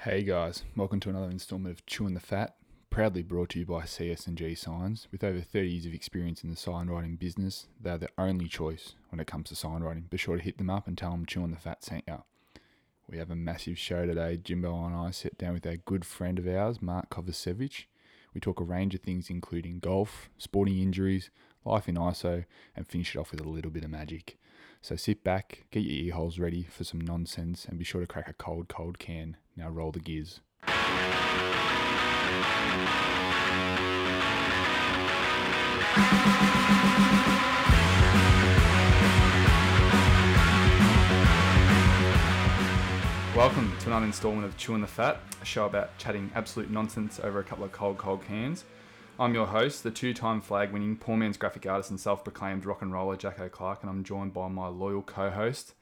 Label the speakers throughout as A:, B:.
A: Hey guys, welcome to another installment of Chewing the Fat, proudly brought to you by CSNG Signs. With over 30 years of experience in the signwriting business, they're the only choice when it comes to signwriting. Be sure to hit them up and tell them Chewing the Fat sent you. We have a massive show today. Jimbo and I sit down with our good friend of ours, Mark Kovacevic. We talk a range of things, including golf, sporting injuries, life in ISO, and finish it off with a little bit of magic. So sit back, get your ear holes ready for some nonsense, and be sure to crack a cold, cold can. Now roll the gears. Welcome to another installment of Chewing the Fat, a show about chatting absolute nonsense over a couple of cold, cold cans. I'm your host, the two time flag winning poor man's graphic artist and self proclaimed rock and roller Jacko Clark, and I'm joined by my loyal co host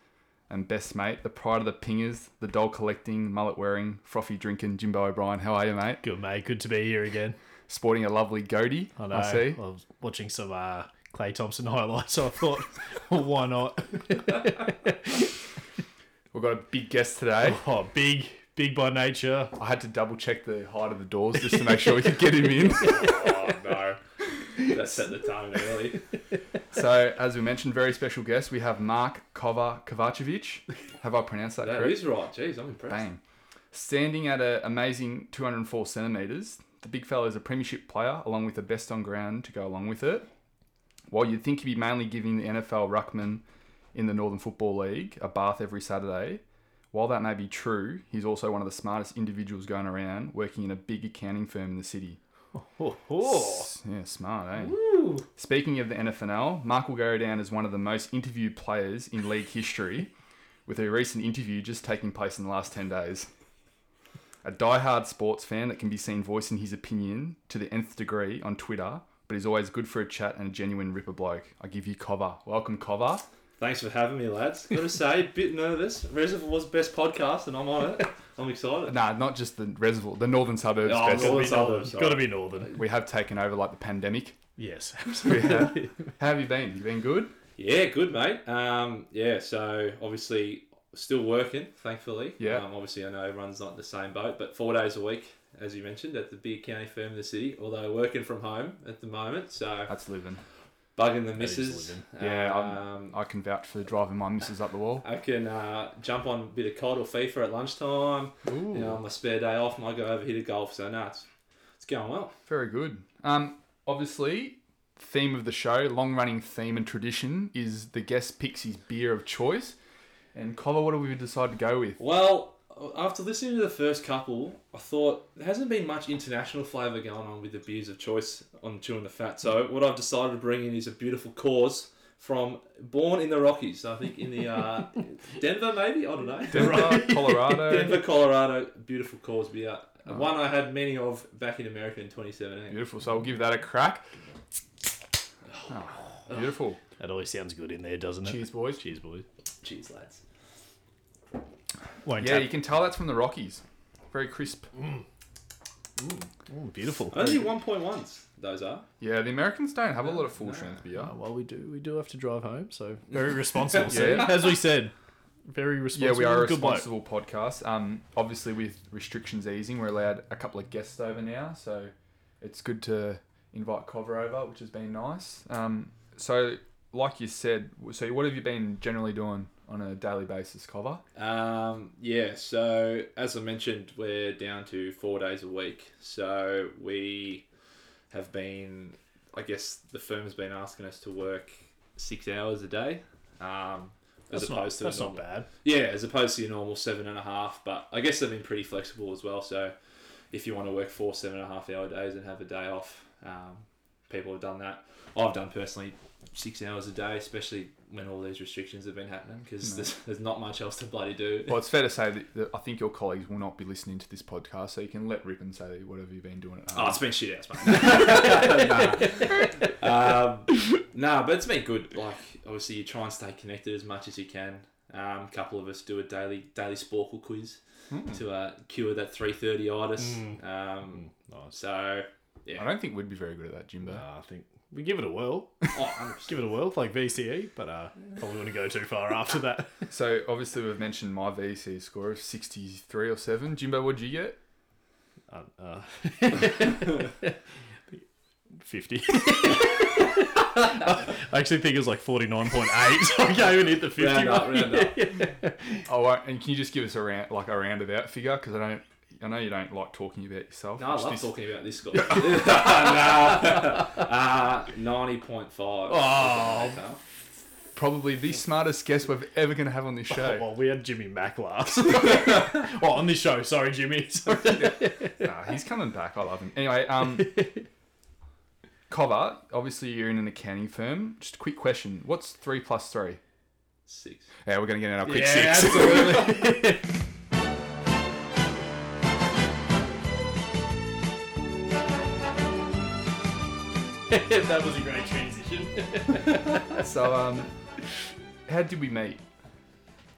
A: and best mate, the pride of the pingers, the doll collecting, mullet wearing, frothy drinking Jimbo O'Brien. How are you, mate?
B: Good mate, good to be here again.
A: Sporting a lovely goatee,
B: I
A: I,
B: know.
A: see.
B: I was watching some uh, Clay Thompson highlights, so I thought, well, why not?
A: We've got a big guest today.
B: Oh, big, big by nature.
A: I had to double check the height of the doors just to make sure we could get him in.
C: Oh no. That set the tone early.
A: So, as we mentioned, very special guest. We have Mark Kova Kovacevic. Have I pronounced that
C: That
A: correct?
C: is right. Jeez, I'm impressed.
A: Bang. Standing at an amazing 204 centimetres, the big fella is a premiership player along with the best on ground to go along with it. While you'd think he'd be mainly giving the NFL ruckman in the Northern Football League a bath every Saturday, while that may be true, he's also one of the smartest individuals going around working in a big accounting firm in the city.
B: Oh, oh.
A: S- Yeah, smart, eh? Speaking of the NFNL, Mark will go down as one of the most interviewed players in league history, with a recent interview just taking place in the last 10 days. A die-hard sports fan that can be seen voicing his opinion to the nth degree on Twitter, but he's always good for a chat and a genuine ripper bloke. I give you cover. Welcome, cover.
C: Thanks for having me, lads. Gotta say, bit nervous. Reservoir's best podcast, and I'm on it. I'm excited.
A: Nah, not just the reservoir, the northern suburbs.
C: Oh,
A: best.
C: Northern
B: Gotta be
C: Southern,
B: northern.
C: sorry.
B: Gotta be northern.
A: We have taken over like the pandemic.
B: Yes,
A: We
B: absolutely.
A: have. How have you been? You been good?
C: Yeah, good mate. Um, yeah, so obviously still working, thankfully.
A: Yeah.
C: Um, obviously, I know everyone's not in the same boat, but four days a week, as you mentioned, at the big county firm in the city. Although working from home at the moment, so
A: That's living.
C: bugging the
B: is
C: missus.
A: Yeah,
C: Um,
A: I can vouch for driving my missus up the wall.
C: I can uh, jump on a bit of COD or FIFA at lunchtime.
A: Ooh.
C: You know, on my spare day off, and I go over here to golf. So no, it's, it's going well.
A: Very good. Um, obviously, theme of the show, long running theme and tradition is the guest picks his beer of choice. And Collar, what do we decide to go with?
C: Well, after listening to the first couple, I thought there hasn't been much international flavour going on with the beers of choice on Chewing the Fat. So what I've decided to bring in is a beautiful cause from Born in the Rockies. I think in the uh, Denver, maybe I don't know.
A: Denver, Colorado.
C: Denver, Colorado, beautiful cause beer. One I had many of back in America in 2017.
A: Beautiful. So we'll give that a crack. Oh, beautiful.
B: that always sounds good in there, doesn't it?
A: Cheers, boys.
B: Cheers, boys.
C: Cheers, lads.
B: Won't
A: Yeah,
B: tap-
A: you can tell that's from the Rockies. Very crisp.
B: Ooh, Oh, beautiful.
C: Only 1.1s. Those are.
A: Yeah, the Americans don't have a lot of full strength beer.
B: Uh, well, we do we do have to drive home, so very responsible. so,
A: Yeah.
B: as we said, very
A: Yeah,
B: responsible.
A: we are a
B: Good bloke.
A: responsible podcast. Um, obviously, with restrictions easing, we're allowed a couple of guests over now, so it's good to invite Cover over, which has been nice. Um, so, like you said, so what have you been generally doing on a daily basis, Cover?
C: Um, yeah, so as I mentioned, we're down to four days a week. So we have been, I guess the firm has been asking us to work six hours a day. Um, as
B: That's, not,
C: opposed to
B: that's
C: a
B: not
C: normal,
B: bad.
C: yeah, as opposed to your normal seven and a half. But I guess they've been pretty flexible as well. So if you want to work four seven and a half hour days and have a day off, um, people have done that. I've done personally six hours a day, especially when all these restrictions have been happening because there's, there's not much else to bloody do.
A: Well, it's fair to say that, that I think your colleagues will not be listening to this podcast, so you can let rip and say whatever you've been doing at
C: Oh,
B: Ah,
A: home.
C: it's been shit hours, mate. nah. Um, nah, but it's been good. Like, obviously, you try and stay connected as much as you can. Um, a couple of us do a daily daily sporkle quiz
B: Hmm.
C: to uh, cure that three thirty itis. Um,
B: Hmm. Nice.
C: so
A: I don't think we'd be very good at that, Jimbo.
B: Nah, Uh, I think We give it a whirl.
C: Oh,
B: Give it a whirl, like VCE, but uh, probably wouldn't go too far after that.
A: So obviously we've mentioned my VC score of sixty three or seven. Jimbo, what did you get?
B: Uh, uh, 50. I actually think it was like 49.8. So I can't even hit the 50.
C: Round up,
B: mark.
C: round up.
A: Oh, uh, and can you just give us a round, like a roundabout figure? Because I don't, I know you don't like talking about yourself.
C: No, I
A: Just
C: love
A: this-
C: talking about this guy. nah. uh, 90.5.
B: Oh.
A: Probably the smartest guest we're ever going to have on this
B: Oh,
A: show.
B: well, we had Jimmy Mack last. well, on this show. Sorry, Jimmy. Sorry.
A: nah, he's coming back. I love him. Anyway, um, Cover, obviously you're in an accounting firm. Just a quick question: What's three plus three?
C: Six.
A: Yeah, we're going to get in our quick
B: Yeah,
A: six.
B: absolutely. that was a great transition.
A: so, um, how did we meet?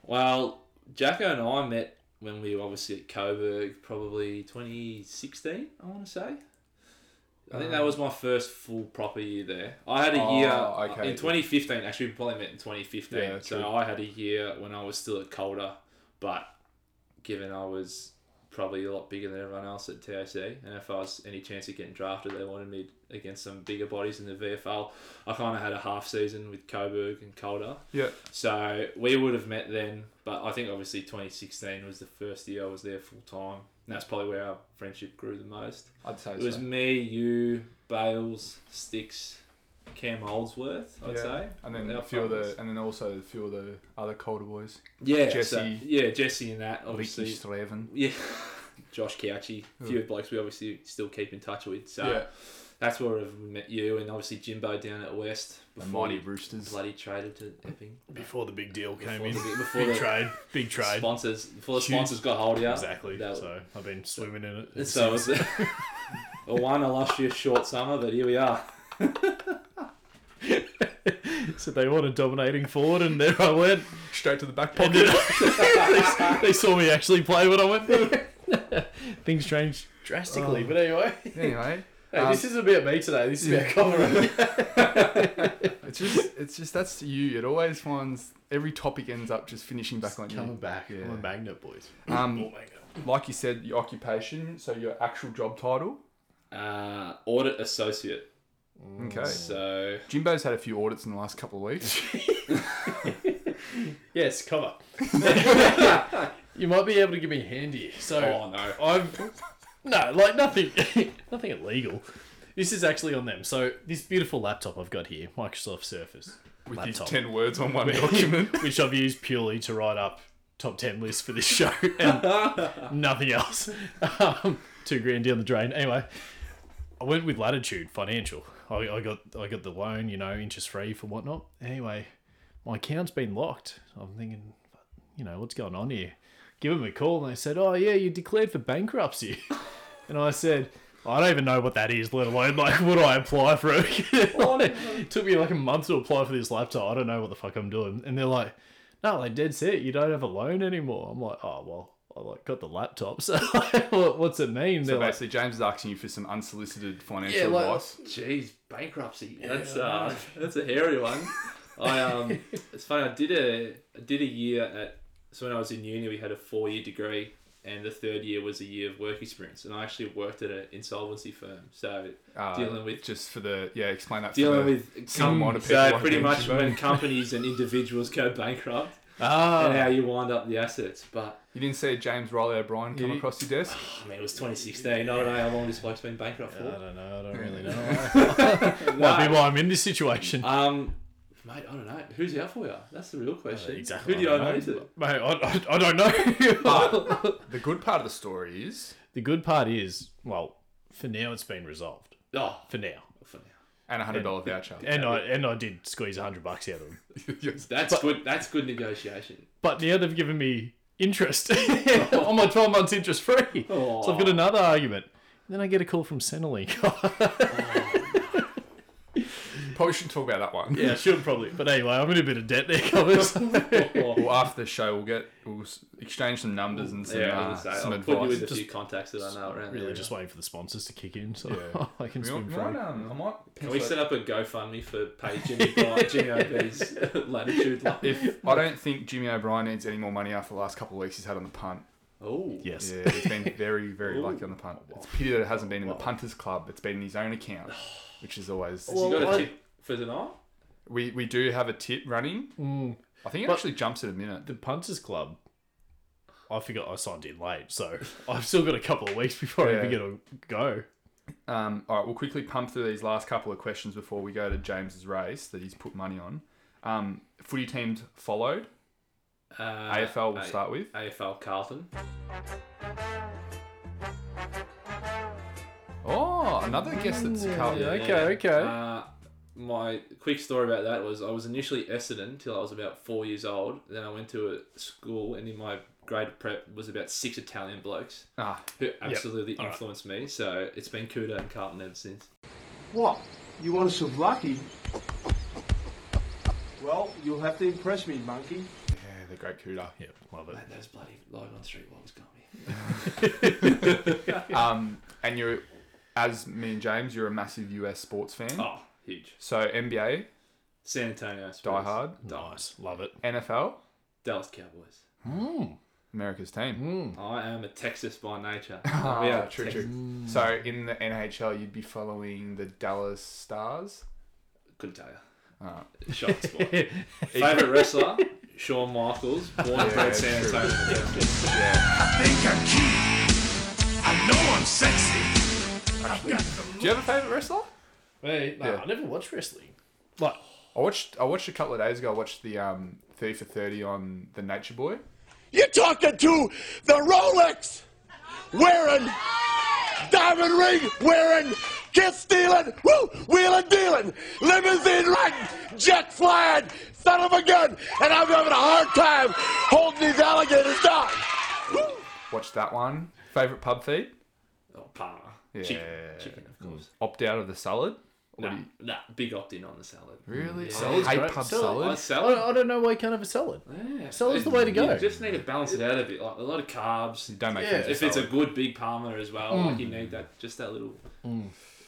C: Well, Jacko and I met when we were obviously at Coburg, probably 2016, I want to say. I think
A: Um,
C: that was my first full proper year there. I had a
A: Oh,
C: year
A: okay.
C: in 2015. Actually, we probably met in 2015.
A: Yeah,
C: so
A: true.
C: I had a year when I was still at Calder, but given I was probably a lot bigger than everyone else at TAC, and if I was any chance of getting drafted, they wanted me against some bigger bodies in the VFL. I kind of had a half season with Coburg and Calder,
A: Yeah,
C: so we would have met then, but I think obviously 2016 was the first year I was there full time. And that's probably where our friendship grew the most.
A: I'd say
C: It was
A: so.
C: me, you, Bales, Sticks, Cam Holdsworth, I'd
A: Yeah.
C: say.
A: And then
C: Our
A: a few of
C: partners.
A: the, and then also a few of the other colder boys,
C: Yeah,
A: Jesse.
C: so- yeah, Jesse and that, obviously.
A: Vicky Streven.
C: Yeah. Josh Couchy, a few blokes we obviously still keep in touch with. So
A: yeah,
C: that's where I've met you, and obviously Jimbo down at West
A: the mighty
C: you
A: Roosters.
C: bloody traded to Epping.
B: Before the big deal came
C: Before
B: in.
C: the big- before
B: big
C: the-
B: trade. Big trade.
C: Sponsors, before the
B: Huge-
C: sponsors got hold of you.
B: Exactly.
C: That-
B: so I've been swimming in it. ever
C: And so it
B: since.
C: was a, a one, a illustrious short summer, but here we are.
B: so they want a dominating forward, and there I went.
A: Straight to the back
B: And
A: pocket.
B: then they, they saw me actually play when I went there. Things changed drastically, but anyway.
A: anyway,
B: Hey,
A: Um,
B: this is about me today. This is about Conrad.
A: it's just it's just that's you. It always finds every topic ends up just finishing back on
B: Coming
A: you.
B: back.
A: Yeah.
B: I'm a magnet, boys. Ball
A: Um,
B: magnet.
A: like you said, your occupation, so your actual job title.
C: Uh, audit associate.
B: Mm.
A: Okay.
C: So
A: Jimbo's had a few audits in the last couple of weeks.
B: Yes, cover. you might be able to give me a hand here. So
C: oh no,
B: I've no, like nothing, nothing illegal. This is actually on them. So this beautiful laptop I've got here, Microsoft Surface
A: With these
B: laptop,
A: ten words on one document.
B: which I've used purely to write up top ten lists for this show and nothing else. Um, two grand down the drain. Anyway, I went with Latitude Financial. I, I got I got the loan, you know, interest free for whatnot. Anyway, my account's been locked. I'm thinking, you know, what's going on here? Give them a call, and they said, "Oh yeah, you declared for bankruptcy." and I said, "I don't even know what that is, let alone like what I apply for." it took me like a month to apply for this laptop. I don't know what the fuck I'm doing. And they're like, "No, like dead set. You don't have a loan anymore." I'm like, "Oh well." I like got the laptop, so like, what- what's it mean? They're
A: So
B: like,
A: basically, James is asking you for some unsolicited financial
B: Yeah, like-
A: advice.
C: jeez, bankruptcy. that's uh, that's a hairy one. I um, it's funny. I did a I did a year at so when I was in uni, we had a four year degree, and the third year was a year of work experience, and I actually worked at an insolvency firm. So
A: Uh,
C: Dealing with-
A: just for the yeah, explain that. for
C: dealing
A: the,
C: with
A: some amount of people
C: so
A: like
C: pretty
A: me,
C: much
A: Jimbo.
C: when companies and individuals go bankrupt,
B: ah,
C: and how you wind up the assets, but.
A: You didn't see James Riley O'Brien come
B: You-
A: across your desk.
C: I mean, it was 2016. I don't know how long this bloke's been bankrupt
B: I
C: for.
B: don't know. I don't really know. Might be why I'm in this situation.
C: Um, mate, I don't know. Who's out for you? That's the real question.
B: exactly.
C: Who do you
B: I don't
C: owe money
B: know.
C: to?
B: Mate, I, I, I don't know.
A: The good part of the story is,
B: the good part is, well, for now it's been resolved.
C: Oh,
B: For now,
C: for now.
A: and a hundred dollar voucher.
B: and I and I did squeeze hundred bucks out of them.
C: That's good. That's good negotiation.
B: But now they've given me interest on my twelve months interest free. So I've got another argument. Then I get a call from Centrelink.
A: Probably shouldn't talk about that one.
B: Yeah, I should probably. But anyway, I'm in a bit of debt there, guys.
A: Well, after the show, we'll get we'll s- exchange some numbers and some,
C: yeah, I
A: uh,
C: was gonna say,
A: some
C: I'll put you
A: advice.
C: with a few contacts that I know around.
B: really
C: there.
B: just waiting for the sponsors to kick in so
A: Yeah.
B: I can
A: We
B: swim
A: might-
B: free.
A: might, um, I might
C: Can we set up a GoFundMe for pay Jimmy Bly- Jimmy O'Bee's latitude? Line?
A: If I don't think Jimmy O'Brien needs any more money after the last couple of weeks he's had on the punt.
C: Oh,
B: Yes.
A: Yeah, he's been very, very lucky on the punt. It's a pity that it hasn't been in the
B: Wow.
A: punters club. It's been in his own account, which is always.
C: Has he
B: Well, I-
C: got a tip for tonight?
A: We we do have a tip running.
B: Mm.
A: I think it
B: But-
A: actually jumps at a minute.
B: The Punters Club, I forgot I signed in late, so I've still got a couple of weeks before I
A: Yeah.
B: even get a go.
A: Um, all right, we'll quickly pump through these last couple of questions before we go to James's race that he's put money on. Um, footy teams followed.
C: Uh,
A: AFL we'll
C: A-
A: start with.
C: AFL Carlton.
A: Oh, another guess that's come.
B: yeah, okay, okay.
C: Uh, my quick story about that was I was initially Essendon till I was about four years old. Then I went to a school, and in my grade prep was about six Italian blokes
A: Ah,
C: who absolutely
B: All right.
C: influenced me. So it's been Kuda and Carlton ever since.
D: What? You want us to lucky? Well, you'll have to impress me, monkey.
A: yeah, the great Cooter.
B: Yeah, love it.
C: Man, those bloody live on street walls got me.
A: Um, and you're, as me and James, you're a massive US sports fan.
C: Oh, huge.
A: So NBA,
C: San Antonio Spurs.
A: Die Hard,
B: Nice, love it.
A: NFL,
C: Dallas Cowboys.
A: America's team.
C: I am a Texas by nature.
A: Ah,
B: Oh,
C: we are
A: true,
C: Tex-
A: true. So in the NHL, you'd be following the Dallas Stars.
C: Couldn't tell you.
A: Ah.
C: Shot spot. Favorite wrestler? Shawn Michaels, born and bred San
A: true.
C: Antonio. Texas.
E: think I'm cute. I know I'm sexy. I've got the
A: Do you have a favorite wrestler?
B: Hey, nah,
A: Yeah.
B: I never watched wrestling. Like,
A: I watched. I watched a couple of days ago. I watched the um, Thirty for Thirty on the Nature Boy.
F: You're talking to the Rolex wearing, diamond ring wearing, kiss stealing, woo, wheeling dealing, limousine riding, jet flying, son of a gun, and I'm having a hard time holding these alligators down. Woo.
A: Watched that one. Favorite pub feed?
C: Oh, Palmer.
A: Yeah.
C: Chicken. Chicken, of course.
A: Opt out of the salad. What do
C: Nah,
A: you-
C: nah, big opt in on the salad.
A: Really?
B: Salad's
A: I hate
B: great.
A: pub
B: Salad-
A: salad.
C: I
B: I
C: salad.
B: don't, I don't know why you can't have a salad.
C: Yeah.
B: Salad's the way to go.
C: You just need to balance it out a bit. Like a lot of carbs.
A: Don't make
B: Yeah.
A: sense.
C: If it's a good big Palmer as well, like you need that, just that little.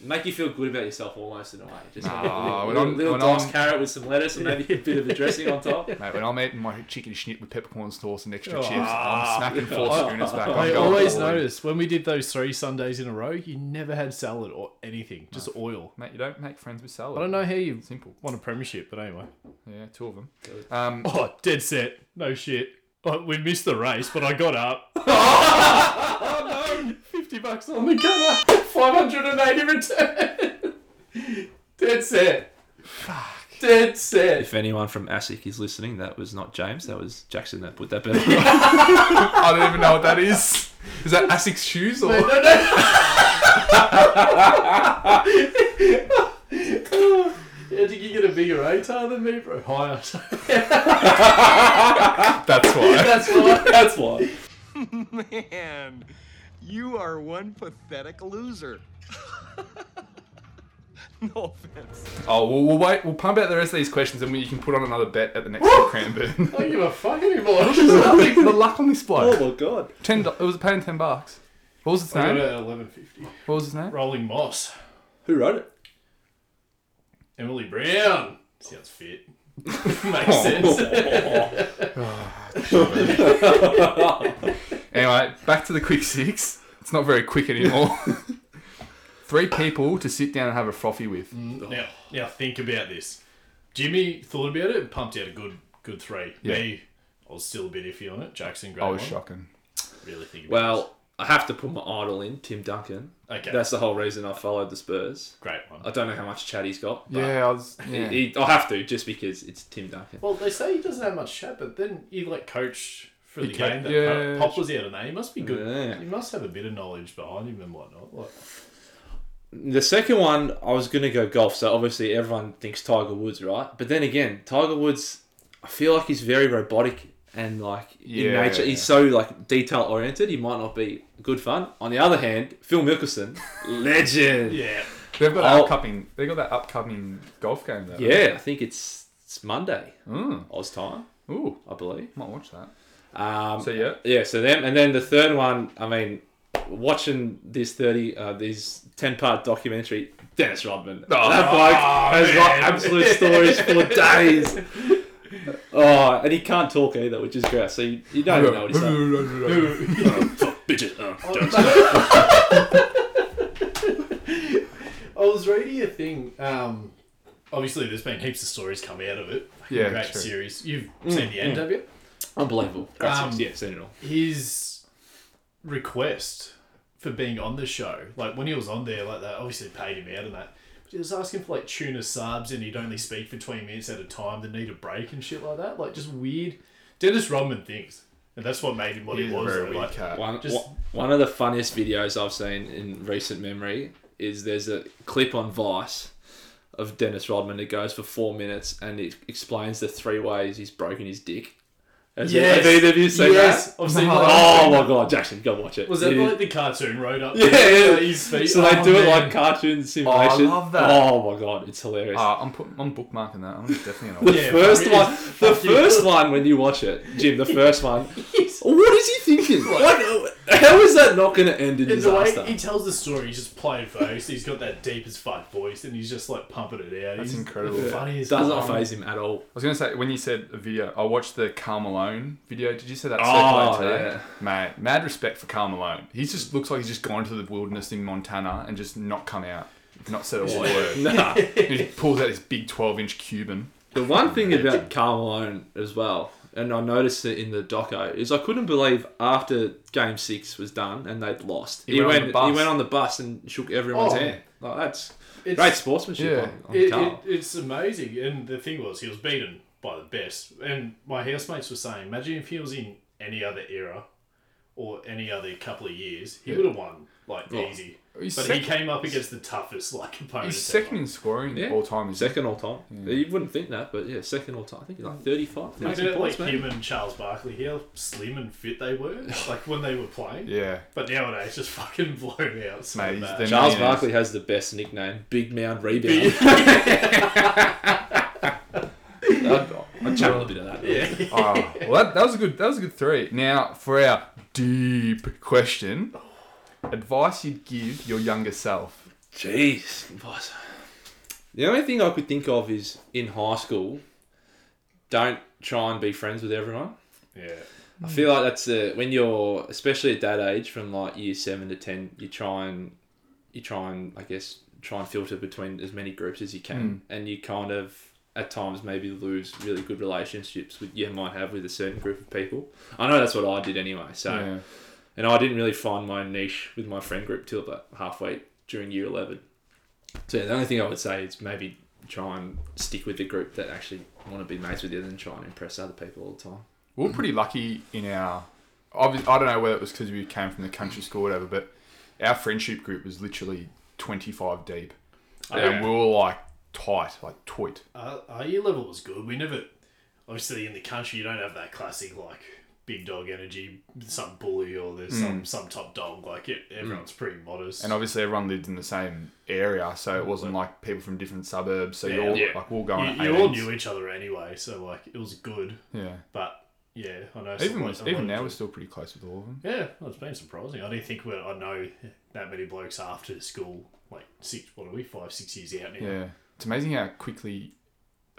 C: Make you feel good about yourself almost in a way. Just
A: Nah,
C: a
A: when
C: little, little,
A: I'm-
C: little
A: when
C: diced
A: I'm-
C: carrot with some lettuce and maybe a bit of a dressing on top.
A: Mate, when I'm eating my chicken schnit with peppercorn sauce and extra
B: Oh.
A: chips, I'm smacking four schooners back. I'm
B: I
A: going
B: always
A: all in.
B: noticed when we did those three Sundays in a row, you never had salad or anything, just oil.
A: Mate, you don't make friends with salad.
B: I don't know how you
A: Simple.
B: won a premiership, but anyway.
A: Yeah, two of them. Um,
B: Oh, dead set. No shit. Oh, we missed the race, but I got up. Oh, no. 50 bucks on the cover. 580 return. dead set. Fuck. Dead set.
C: If anyone from ASIC is listening, that was not James, that was Jackson that put that bet on.
A: I don't even know what that is. Is that Asics shoes or?
B: Yeah, did you get a bigger ATAR than me, bro? Higher.
A: That's why.
B: That's why.
C: That's why.
G: Man, you are one pathetic loser. no offense.
A: Oh, we'll, we'll wait. We'll pump out the rest of these questions, and we, you can put on another bet at the next Cranbourne.
B: I don't give a fuck anymore.
A: the luck on this bloke.
C: Oh my god.
A: Ten. do- It was paying ten bucks. What was its
B: I got
A: name?
B: it at 11.50.
A: What was his name?
B: Rolling Moss.
C: Who wrote it?
B: Emily Brown. Sounds fit. Makes
C: Oh.
B: sense.
A: Anyway, back to the quick six. It's not very quick anymore. Three people to sit down and have a frothy with.
B: now, now think about this. Jimmy thought about it and pumped out a good good three. Me, I was still a bit iffy on it. Jackson, great
A: I was
B: one.
A: shocking.
B: Really think about
C: Well, I have to put my idol in, Tim Duncan.
B: this. Okay,
C: That's the whole reason I followed the Spurs.
B: great
C: I
B: one.
C: don't know how much chat he's got. But
A: Yeah, I was.
C: he-
A: Yeah.
C: He, I have to just because it's Tim Duncan.
B: Well, they say he doesn't have much chat, but then he like coached for the
A: co-
B: game. That
A: yeah.
B: Pop was out of there. He must be good.
C: Yeah.
B: He must have a bit of knowledge behind him and whatnot. Like,
C: The second one, I was going to go golf. So obviously, everyone thinks Tiger Woods, right? But then again, Tiger Woods, I feel like he's very robotic and like in
A: Yeah.
C: nature. He's so like detail oriented. He might not be good fun. On the other hand, Phil Mickelson, legend.
B: yeah,
A: They've got that
C: I'll-
A: upcoming. They got that upcoming golf game though.
C: Yeah, I think it's it's Monday
A: Mm.
C: Oz time,
A: Ooh,
C: I believe.
A: might watch that.
C: Um,
A: So yeah,
C: yeah, so them, and then the third one. I mean, watching this thirty, uh, these ten part documentary, Dennis Rodman. that bloke has got absolute stories for days. Oh, and he can't talk either, which is great. So you, you don't even know what he's saying.
B: Bitches. I Oh, was reading a thing. Um, obviously, there's been heaps of stories come out of it. Fucking
A: Yeah,
B: great
A: true.
B: series. You've seen the end, have you?
C: Unbelievable. Great
B: Um,
C: series. yeah, seen it all.
B: His request for being on the show, like when he was on there, like they obviously paid him out and that. But he was asking for like tuna subs, and he'd only speak for twenty minutes at a time. They need a break and shit like that. Like just weird. Dennis Rodman things, and that's what made him what he,
A: He's a
B: was.
A: very
B: though,
A: weird
B: like,
A: cat.
C: One,
B: Just-
C: one- one of the funniest videos I've seen in recent memory is there's a clip on Vice of Dennis Rodman. It goes for four minutes and it explains the three ways he's broken his dick. Has
B: Yes.
C: have either of you seen
B: Yes.
C: that?
B: I've seen that.
C: oh my god, Jackson, go watch it.
B: Was that
C: It is-
B: like the cartoon road up?
C: yeah, yeah.
B: His feet.
C: so they
B: Oh,
C: do it
B: man.
C: like cartoon simulation.
A: love that.
C: Oh my god, it's hilarious.
A: Uh, I'm putting, I'm bookmarking that. I'm definitely gonna watch.
B: Yeah,
C: first
B: it
C: one,
B: is
C: the
B: fucking-
C: first one when you watch it, Jim. The first one. What is he thinking? What? How is that not going to end in
B: And the
C: disaster?
B: way he tells the story, he's just plain faced. He's got that deep as fuck voice, and he's just like pumping it out.
A: That's
B: he's
A: incredible.
B: Funny as
C: does not
B: fuck.
C: phase him at all.
A: I was gonna say when you said a video, I watched the Carl Malone video. Did you say that?
C: Oh,
A: circulated today?
C: yeah.
A: mate. Mad respect for Carl Malone. He just looks like he's just gone to the wilderness in Montana and just not come out, not said a word.
C: Nah.
A: he just pulls out his big twelve-inch Cuban.
C: the one thing about Carl Malone as well, and I noticed it in the doco, is I couldn't believe after Game Six was done and they'd lost, he,
A: went on
C: went.
A: the bus.
C: he went on the bus and shook everyone's
B: Oh.
C: hand. Like that's
B: It's-
C: great sportsmanship
A: Yeah.
C: on, on
B: It, it,
C: Carl.
B: it's amazing. And the thing was, he was beaten by the best. And my housemates were saying, imagine if he was in any other era or any other couple of years, he would have won like easy.
A: He's
B: but
A: second-
B: he came up against the toughest like opponent.
A: He's second in scoring
C: Yeah.
A: all time. Is
C: Second all time. You wouldn't think that, but yeah, second all time. I think he's like 35, 30
B: Imagine it, like
C: points, man.
B: him and Charles Barkley, how slim and fit they were, like when they were playing.
A: Yeah,
B: But nowadays, just fucking blown out. So
A: mate. he's-
B: bad.
A: they're
C: Charles
A: millionaires.
C: Barkley has the best nickname, Big Mound Rebound. I'd channel a bit of that. Yeah.
A: Oh, well, that, that was a good. That was a good three. Now for our deep question, advice you'd give your younger self.
C: Jeez, boss. The only thing I could think of is in high school, don't try and be friends with everyone.
B: Yeah.
C: I feel like that's uh, when you're, especially at that age, from like year seven to ten, you try and you try and I guess try and filter between as many groups as you can, and you kind of at times maybe lose really good relationships with you might have with a certain group of people. I know that's what I did anyway. So,
A: Yeah.
C: and I didn't really find my niche with my friend group till about halfway during year eleven. So yeah, the only thing I would say is maybe try and stick with the group that actually want to be mates with you, than try and impress other people all the time.
A: We were pretty lucky in our. Obviously, I don't know whether it was because we came from the country school or whatever, but our friendship group was literally 25 deep.
B: Oh, yeah.
A: And we were like tight, like tight.
B: Our, our year level was good. We never, obviously, in the country, you don't have that classic like big dog energy, some bully or there's some some top dog. Like it, everyone's pretty modest.
A: Mm. And obviously, everyone lived in the same area, so it wasn't like people from different suburbs. So you're all,
B: Yeah.
A: like, we'll go on.
B: you, you all knew each other anyway, so like it was good.
A: Yeah.
B: But yeah, I know.
A: Even,
B: someone-
A: was-
B: I
A: even
B: wanted
A: now,
B: to-
A: we're still pretty close with all of them.
B: yeah, well, it's been surprising. I didn't think we I know that many blokes after school, like six. What are we? Five, six years out now.
A: Yeah. It's amazing how quickly,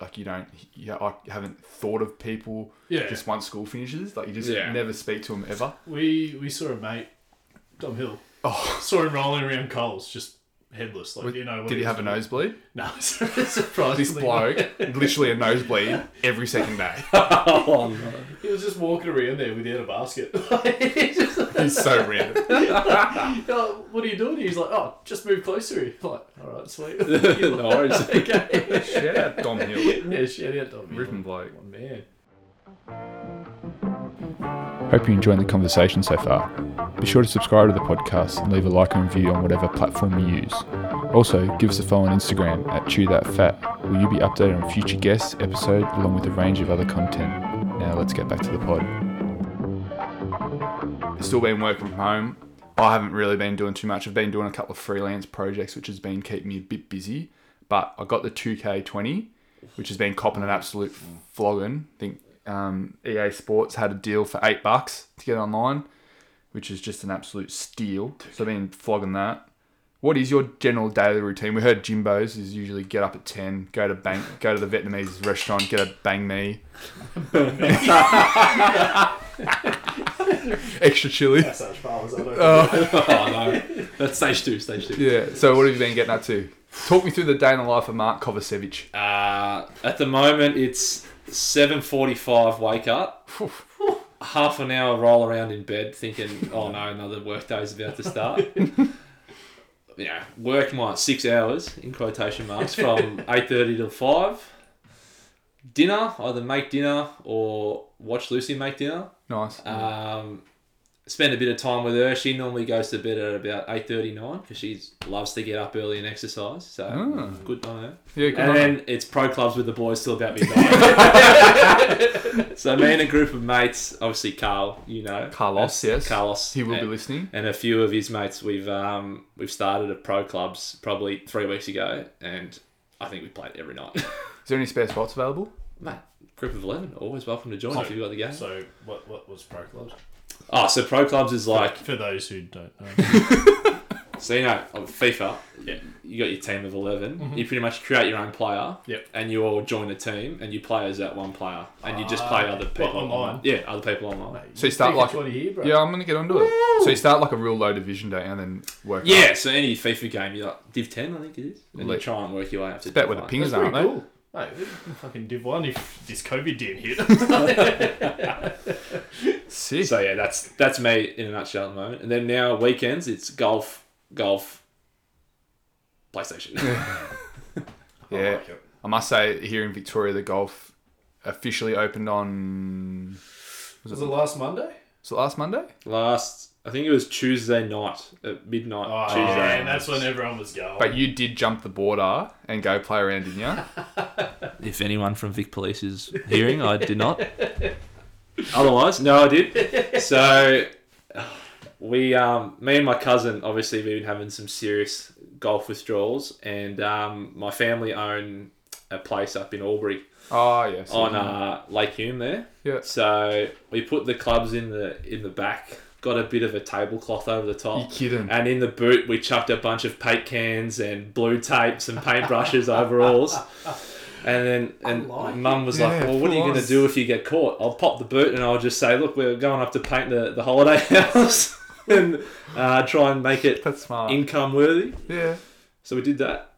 A: like, you don't, you I haven't thought of people
B: Yeah.
A: just once school finishes. Like, you just
C: Yeah.
A: never speak to them ever.
B: We we saw a mate, Dom Hill.
A: Oh.
B: Saw him rolling around Coles, just headless. Like you know, when
A: Did he have a
B: was-
A: nosebleed?
B: No, surprisingly,
A: this bloke, literally a nosebleed every second day.
B: He was just walking around there without a basket.
A: He's so random.
B: Oh, what are you doing? He's like, oh, just move closer. Here. I'm Like, all right, sweet.
C: no worries.
B: okay.
A: Shout out Dom Hill,
B: Yeah, shout out Dom.
A: written bloke.
B: Man.
A: Hope you're enjoying the conversation so far. Be sure to subscribe to the podcast and leave a like and review on whatever platform you use. Also, give us a follow on Instagram at Chew That Fat, where you'll be updated on future guests, episode, along with a range of other content. Now let's get back to the pod. Still been working from home. I haven't really been doing too much. I've been doing a couple of freelance projects, which has been keeping me a bit busy. But I got the 2K20, which has been copping an absolute flogging. I think um, EA Sports had a deal for eight bucks to get online, which is just an absolute steal. So I've been flogging that. What is your general daily routine? We heard Jimbo's is usually get up at 10, go to bank, go to the Vietnamese restaurant, get a bang me. Extra chili.
B: Such powers, I don't
C: Oh no, that's stage two. Stage two.
A: Yeah. So what have you been getting up to? Talk me through the day in the life of Mark Kovacevic.
C: Uh, at the moment, it's seven forty-five. Wake up. Half an hour roll around in bed thinking, oh no, another work day's about to start. yeah, work my six hours in quotation marks from eight thirty till five. Dinner, either make dinner or watch Lucy make dinner.
A: Nice.
C: Um, spend a bit of time with her. She normally goes to bed at about eight thirty nine because she loves to get up early and exercise. So
A: Ah.
C: good on her.
A: yeah. Good
C: And
A: on
C: then it's pro clubs with the boys till about midnight. so me and a group of mates, obviously Carl, you know
A: Carlos.
C: Uh,
A: Yes.
C: Carlos.
A: He will be
C: and-
A: listening.
C: and a few of his mates we've um, we've started at pro clubs probably three weeks ago, and I think we played every night.
A: Is there any spare spots available?
C: Mate, group of eleven, always welcome to join if you got the game.
B: So what what was pro clubs?
C: Oh, so pro clubs is like
B: For those who don't know,
C: So you know, on FIFA,
B: Yeah. Mm-hmm.
C: you got your team of 11 You pretty much create your own player,
B: Yep.
C: and you all join a team, and you play as that one player, and you just play other people
B: Ah, what, online?
C: Yeah, other people online.
A: So you start like.
B: twenty here, bro.
A: Yeah, I'm gonna get onto it. So you start like a real low division day and then work. up.
C: Yeah, so any FIFA game, you like Div Ten, I think it is, and you
A: Like-
C: try and work your way up to.
A: Bet
C: Div
A: where the
C: one.
A: pingers
B: Pretty
A: aren't they?
B: cool. Mate, we can fucking div one if this COVID didn't hit.
A: Sick.
C: So yeah, that's that's me in a nutshell at the moment. And then now weekends, it's golf, golf, PlayStation.
A: yeah. I must say, here in Victoria, the golf officially opened on.
B: was it last Monday?
A: Was it last Monday?
C: Last, I think it was Tuesday night at midnight.
B: Oh,
C: Tuesday.
B: yeah, and that's when everyone was going.
A: But you did jump the border and go play around, didn't you?
C: If anyone from Vic Police is hearing, I did not. Otherwise, no, I did. So we, um, me and my cousin, obviously, we've been having some serious golf withdrawals, and um, my family own a place up in Albury
A: Oh, yes.
C: on uh, Lake Hume there.
A: Yeah.
C: So we put the clubs in the in the back. Got a bit of a tablecloth over the top.
A: You kidding?
C: And in the boot, we chucked a bunch of paint cans and blue tapes and paintbrushes overalls. And then and Mum was like,
A: Yeah,
C: "Well, what are you
A: full
C: going
A: on.
C: to do if you get caught? I'll pop the boot and I'll just say, look, we're going up to paint the, the holiday house and uh, try and make it
A: That's smart.
C: income worthy."
A: yeah.
C: So we did that.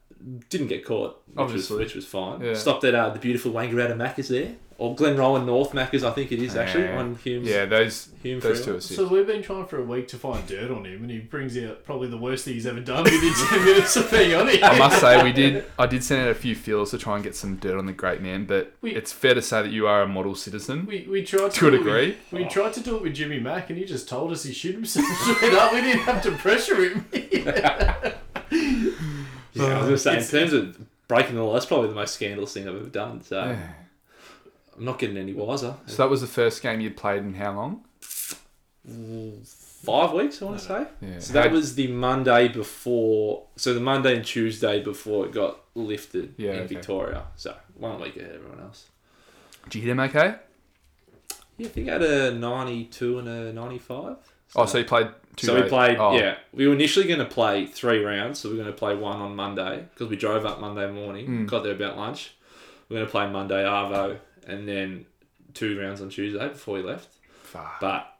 C: Didn't get caught, which
A: Obviously.
C: was which was fine.
A: Yeah.
C: Stopped at uh, the beautiful Wangaratta Macca's there, or Glenrowan North Macca's, I think it is actually
A: Yeah.
C: on Hume's.
A: Yeah, those
C: Hume
A: those
C: Freeland.
A: two are sick.
B: so we've been trying for a week to find dirt on him, and he brings out probably the worst thing he's ever done within ten minutes of being on it.
A: I must say we did. I did send out a few feelers to try and get some dirt on the great man, but
B: We-
A: it's fair to say that you are a model citizen.
B: We, we tried to,
A: To a
B: do it with-
A: degree.
B: We tried to do it with Jimmy Mack, and he just told us he shit himself straight up. We didn't have to pressure him.
C: Yeah, I was gonna say in terms of breaking the law, that's probably the most scandalous thing I've ever done. So I'm not getting any wiser.
A: so that was the first game you played in how long?
C: Five weeks, I want to say.
A: Yeah.
C: So that
A: How-
C: was the Monday before. So the Monday and Tuesday before it got lifted
A: Yeah,
C: in
A: okay.
C: Victoria. So one week ahead of everyone else.
A: Did you hit him okay?
C: Yeah, I think I had a 92 and a 95.
A: Oh, so you played two.
C: so we
A: days-
C: played,
A: oh,
C: yeah. We were initially going to play three rounds, so we are going to play one on Monday because we drove up Monday morning,
A: Hmm.
C: got there about lunch. We are going to play Monday Arvo, and then two rounds on Tuesday before we left.
A: Fuck.
C: But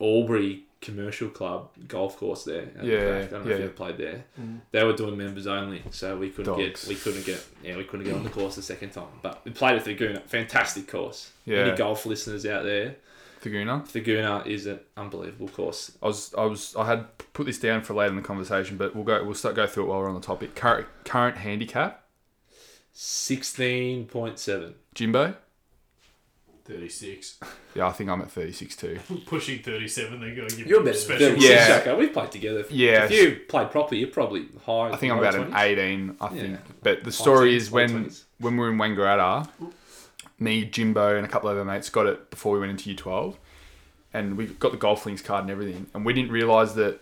C: Albury Commercial Club golf course there, at the
A: Yeah,
C: back, I don't know if
A: yeah. Hmm.
C: you ever played there. They were doing members only, so we couldn't
A: Dogs.
C: get we couldn't get yeah we couldn't get on the course the second time. But we played at Thaguna, fantastic course.
A: Yeah.
C: Any golf listeners out there?
A: Thaguna.
C: Thaguna is an unbelievable course.
A: I was, I was, I had put this down for later in the conversation, but we'll go, we'll start go through it while we're on the topic. Current current handicap,
C: Sixteen point seven.
A: Jimbo.
B: Thirty six,
A: Yeah, I think I'm at 36 too.
B: pushing thirty seven. They're going to give
C: You're
B: him a
C: better
B: special.
C: than
A: Yeah.
C: yeah. Shaka. We've played together.
A: Yeah.
C: If you played properly, you're probably high.
A: I think I'm
C: low
A: about an
C: 20s.
A: 18, I think.
C: Yeah.
A: But the story
C: 20s,
A: is when
C: late 20s.
A: when we were in Wangaratta, me, Jimbo, and a couple of our mates got it before we went into year 12. And we got the golf links card and everything. And we didn't realise that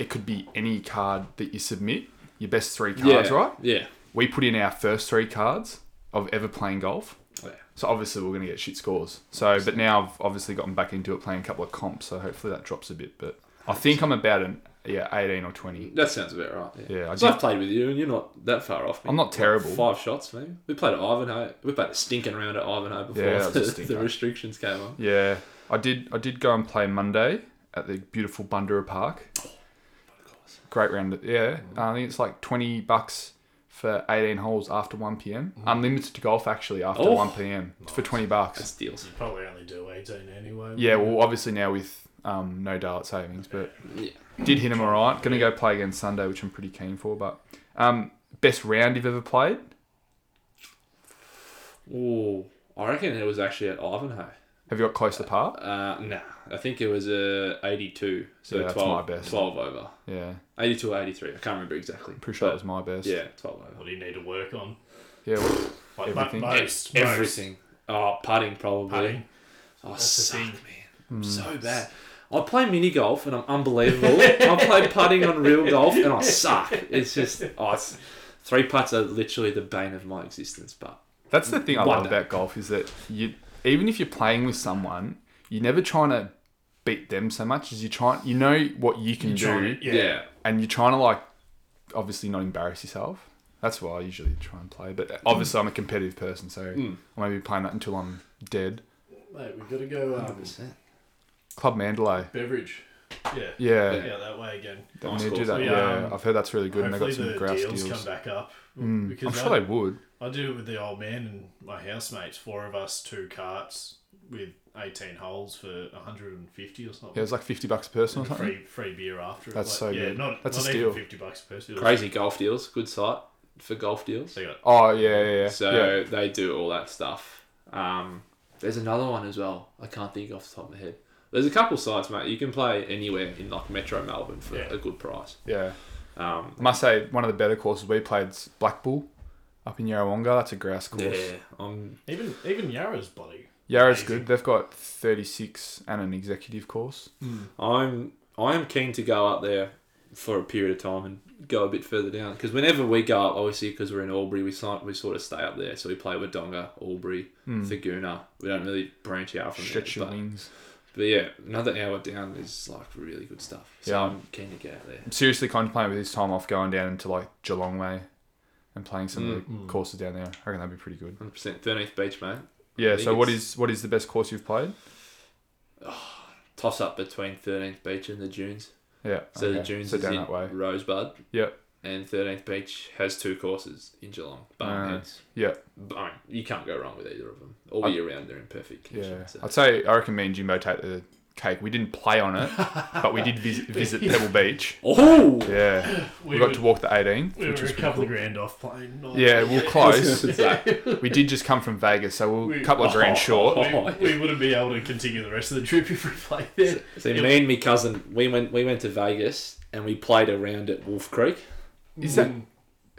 A: it could be any card that you submit, your best three
C: Yeah.
A: cards, right?
C: Yeah.
A: We put in our first three cards of ever playing golf.
C: Yeah.
A: So obviously we're going to get shit scores. So, but now I've obviously gotten back into it playing a couple of comps. So hopefully that drops a bit. But I think I'm about an yeah, 18 or 20.
C: That sounds about right. Yeah.
A: Yeah, I
C: 'Cause
A: did-
C: I've played with you, and you're not that far off. Me.
A: I'm not terrible.
C: Five shots, maybe. We played at Ivanhoe. We played a stinking round at Ivanhoe before
A: Yeah, that was a
C: the, the
A: stinker.
C: restrictions came on.
A: Yeah, I did. I did go and play Monday at the beautiful Bundura Park. Great round. Yeah, I think it's like twenty bucks for eighteen holes after one pm. Unlimited golf actually after
C: Oh.
A: one pm for twenty bucks.
C: That's deals.
B: Probably only do 18 anyway.
A: yeah, well, obviously now with um, no daylight savings, but
C: Yeah.
A: did hit him all right. Going to go play again Sunday, which I'm pretty keen for. But um, best round you've ever played?
C: Ooh, I reckon it was actually at Ivanhoe.
A: Have you got close to par?
C: Uh, nah, I think it was a 82, so
A: Yeah, that's
C: 12,
A: my best.
C: 12 over.
A: Yeah,
C: 82 or 83, I can't remember exactly.
A: pretty sure that
C: But,
A: was my best.
C: Yeah, 12 over.
B: What do you need to work on?
A: yeah. well,
B: Like,
A: Everything.
B: mo- most, most.
C: Everything. Oh, putting probably.
B: Putting.
C: Oh,
B: the
C: suck,
B: thing. Mm.
C: man. I'm so bad. I play mini golf and I'm unbelievable. I play putting on real golf and I suck. It's just, oh, it's, three putts are literally the bane of my existence. But
A: That's the thing I
C: One
A: love
C: day.
A: about golf is that you, even if you're playing with someone, you're never trying to beat them so much as you try. You know what you can do,
B: trying to-
C: yeah,
B: Yeah.
A: and you're trying to like, obviously not embarrass yourself. That's why I usually try and play. But obviously, I'm a competitive person, so
C: Mm.
A: I won't be playing that until I'm dead.
B: Mate, we've got to go um,
A: Club Mandalay,
B: beverage. Yeah.
A: yeah,
B: Yeah, that way again.
A: They
C: Nice
A: need to do
C: course.
A: that.
B: We,
A: yeah,
B: um,
A: I've heard that's really good, and they got
B: Hopefully
A: some
B: the
A: grouse
B: deals,
A: deals. Mm.
B: come back up. Because
A: I'm sure
B: I,
A: they would.
B: I did it with the old man and my housemates. Four of us, two carts with 18 holes for 150 or something.
A: Yeah, it was like fifty bucks a person or something.
B: free free beer after. it.
A: That's so
B: yeah,
A: good.
B: Not,
A: That's a
B: not
A: steal.
B: even 50 bucks per person.
C: Crazy golf deals. Good site for golf deals.
B: They got
A: Oh yeah, yeah, yeah.
C: So
A: yeah.
C: they do all that stuff. Um, there's another one as well. I can't think off the top of my head. There's a couple sites, mate. You can play anywhere in like Metro Melbourne for
B: Yeah.
C: a good price.
A: yeah.
C: Um,
A: I must say, one of the better courses we played's Black Bull up in Yarrawonga. That's a grouse course.
C: yeah, I'm
B: even even Yarra's bloody.
A: Yarra's
B: Amazing.
A: good. They've got 36 and an executive course.
C: I'm I am keen to go up there for a period of time and go a bit further down because whenever we go up, obviously because we're in Albury, we sort we sort of stay up there. So we play with Donga, Albury,
A: Hmm.
C: Thaguna. We don't really branch out from
A: Stretch
C: there.
A: your
C: but-
A: wings.
C: But, yeah, another hour down is like really good stuff. So
A: Yeah.
C: I'm keen to get out there.
A: I'm seriously contemplating with this time off going down into like Geelong way and playing some of the courses down there. I reckon that'd be pretty good.
C: Hundred percent, Thirteenth Beach, mate.
A: Yeah.
C: think
A: So what
C: it's-
A: is what is the best course you've played?
C: Toss up between Thirteenth Beach and the Dunes.
A: Yeah.
C: So the
A: okay.
C: Dunes
A: So
C: is
A: down
C: in
A: that way.
C: Rosebud,
A: Yep.
C: and Thirteenth Beach has two courses in Geelong. Barn
A: Uh,
C: Heads.
A: Yep.
C: I mean, you can't go wrong with either of them. All year round, they're in perfect
A: Yeah.
C: condition. so-
A: I'd say I reckon me and Jimbo take the cake. We didn't play on it, but we did vis- visit Pebble Beach.
C: Oh,
A: Yeah.
B: We,
A: We
B: were,
A: got to walk the 18,
B: we were
A: which
B: a
A: was pretty
B: couple
A: cool.
B: of grand off playing. Not
A: Yeah, we we're close.
C: Zach,
A: We did just come from Vegas, so we we're a
B: We- Oh,
A: couple of grand short.
C: Oh.
B: we, we wouldn't be able to continue the rest of the trip if we played there.
C: so me and me cousin, we went we went to Vegas and we played around at Wolf Creek.
A: Is that